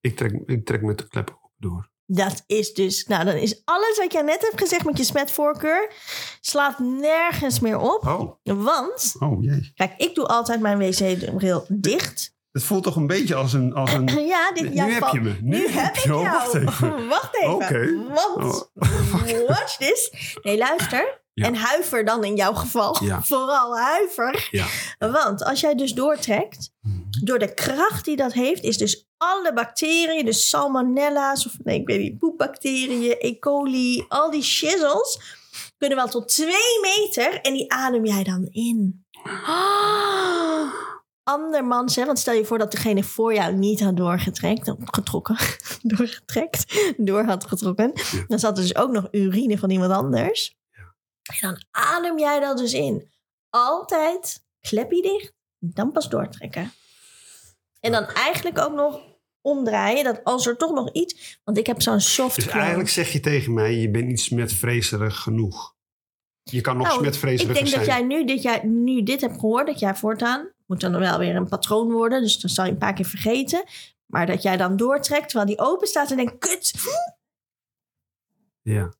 ik, trek, ik trek met de klep ook door. Dat is dus, nou dan is alles wat jij net hebt gezegd met je smetvoorkeur, slaat nergens meer op. Oh, Want, oh jee. kijk, ik doe altijd mijn wc-bril dicht. Het voelt toch een beetje als een... Als een Ja, dit nu jij heb valt- je me. Nu, Nu heb ik jou. Oh, [LAUGHS] Wacht [LAUGHS] even. Wacht even. Oké. Want, [LAUGHS] watch this. Nee, luister. Oh, Ja. En huiver dan in jouw geval. Ja. [LAUGHS] Vooral huiver. Ja. Mhm. Want als jij dus doortrekt, door de kracht die dat heeft, is dus alle bacteriën, dus salmonella's of nee, ik weet niet, poepbacteriën, E. coli, al die shizzles, kunnen wel tot twee meter en die adem jij dan [GASPS] in. Ah. Andermans, hè, want stel je voor dat degene voor jou niet had doorgetrekt, getrokken, [LAUGHS] doorgetrekt, door had getrokken. Ja. Dan zat er dus ook nog urine van iemand anders. En dan adem jij dat dus in. Altijd klepje dicht, dan pas doortrekken. En dan eigenlijk ook nog omdraaien, dat als er toch nog iets... Want ik heb zo'n soft Dus close. eigenlijk zeg je tegen mij, je bent niet smetvreeserig genoeg. Je kan nog Nou, smetvreeseriger Ik denk zijn. dat jij nu, dit jij nu dit hebt gehoord, dat jij voortaan moet dan wel weer een patroon worden. Dus dan zal je een paar keer vergeten. Maar dat jij dan doortrekt terwijl die open staat en denkt: kut, Ja.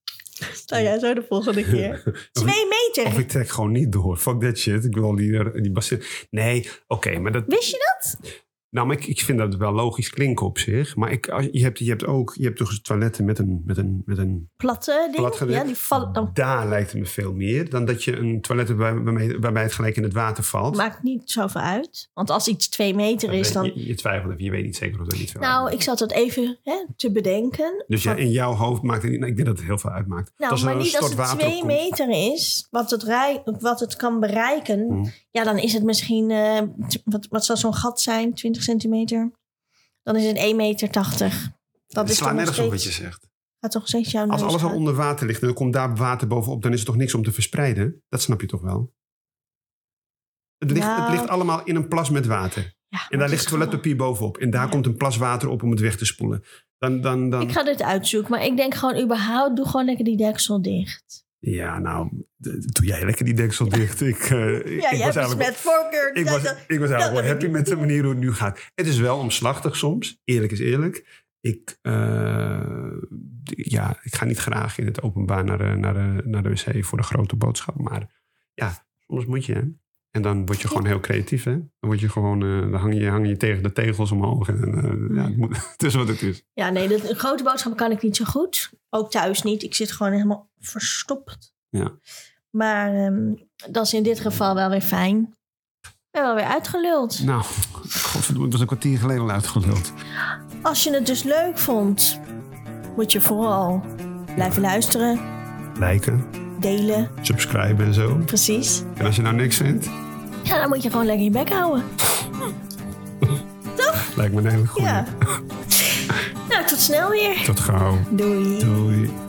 sta jij zo de volgende [LAUGHS] keer. Twee Of meter. ik trek gewoon niet door. Fuck that shit. Ik wil die, die bassin. Nee, oké, maar dat, Wist je dat? Nou, maar ik, ik vind dat wel logisch klinken op zich. Maar ik, als- je, hebt, je hebt ook je hebt dus toiletten met een, met een, met een Platte ding. platgedekt. ja, die vallen dan. Daar lijkt het me veel meer dan dat je een toilet hebt waar- waarmee, waarbij het gelijk in het water valt. Eh, Maakt niet zoveel uit. Want als iets twee meter is, dan. Je, je twijfelt even, je weet niet zeker of dat niet veel Nou, uitmaakt. ik zat dat even hè, te bedenken. Dus ja, van- in jouw hoofd maakt het niet... Nou, ik denk dat het heel veel uitmaakt. Nou, als er maar een niet stort als het water twee opkomt. meter is, wat het, rij, wat het kan bereiken. Hmm. Ja, dan is het misschien, eh, t- wat, wat zal zo'n gat zijn, 20 centimeter? Dan is het 1,80 meter. Dat Het is slaat toch nog nergens op wat je steeds- zegt. Gaat toch steeds jouw Als neus alles al uit. onder water ligt en er komt daar water bovenop, dan is er toch niks om te verspreiden? Dat snap je toch wel? Het ligt, Nou. het ligt allemaal in een plas met water. Ja, maar En daar het ligt is gewoon- toiletpapier bovenop. En daar Ja. komt een plas water op om het weg te spoelen. Dan, dan, dan, Ik ga dit uitzoeken, maar ik denk gewoon überhaupt, doe gewoon lekker die deksel dicht. Ja, nou, d- doe jij lekker die deksel dicht. Ik, [LAUGHS] eh, ik- ik was eigenlijk, voorkeur. ik was, ik was dat- eigenlijk wel happy dat- met de manier hoe het nu gaat. Het is wel omslachtig soms, eerlijk is eerlijk. Ik, eh, d- ja, ik ga niet graag in het openbaar naar, de- naar, de- naar de wc voor de grote boodschap. Maar ja, soms moet je. Hè? En dan word je gewoon heel creatief. Hè? Dan, word je gewoon, eh, dan hang, je, hang je tegen de tegels omhoog. En, eh, ja, het, moet, [LAUGHS] het is wat het is. Ja, nee, dat, grote boodschappen kan ik niet zo goed. Ook thuis niet. Ik zit gewoon helemaal verstopt. Ja. Maar ehm, dat is in dit geval wel weer fijn. Ik ben wel weer uitgeluld. Nou, godverdomme, het was een kwartier geleden al uitgeluld. Als je het dus leuk vond, moet je vooral blijven luisteren, Liken, delen, subscriben en zo. precies. En als je nou niks vindt, Ja, dan moet je gewoon lekker je bek houden. lijkt me een hele goede. Ja. nou, tot snel weer. Tot gauw. Doei. Doei.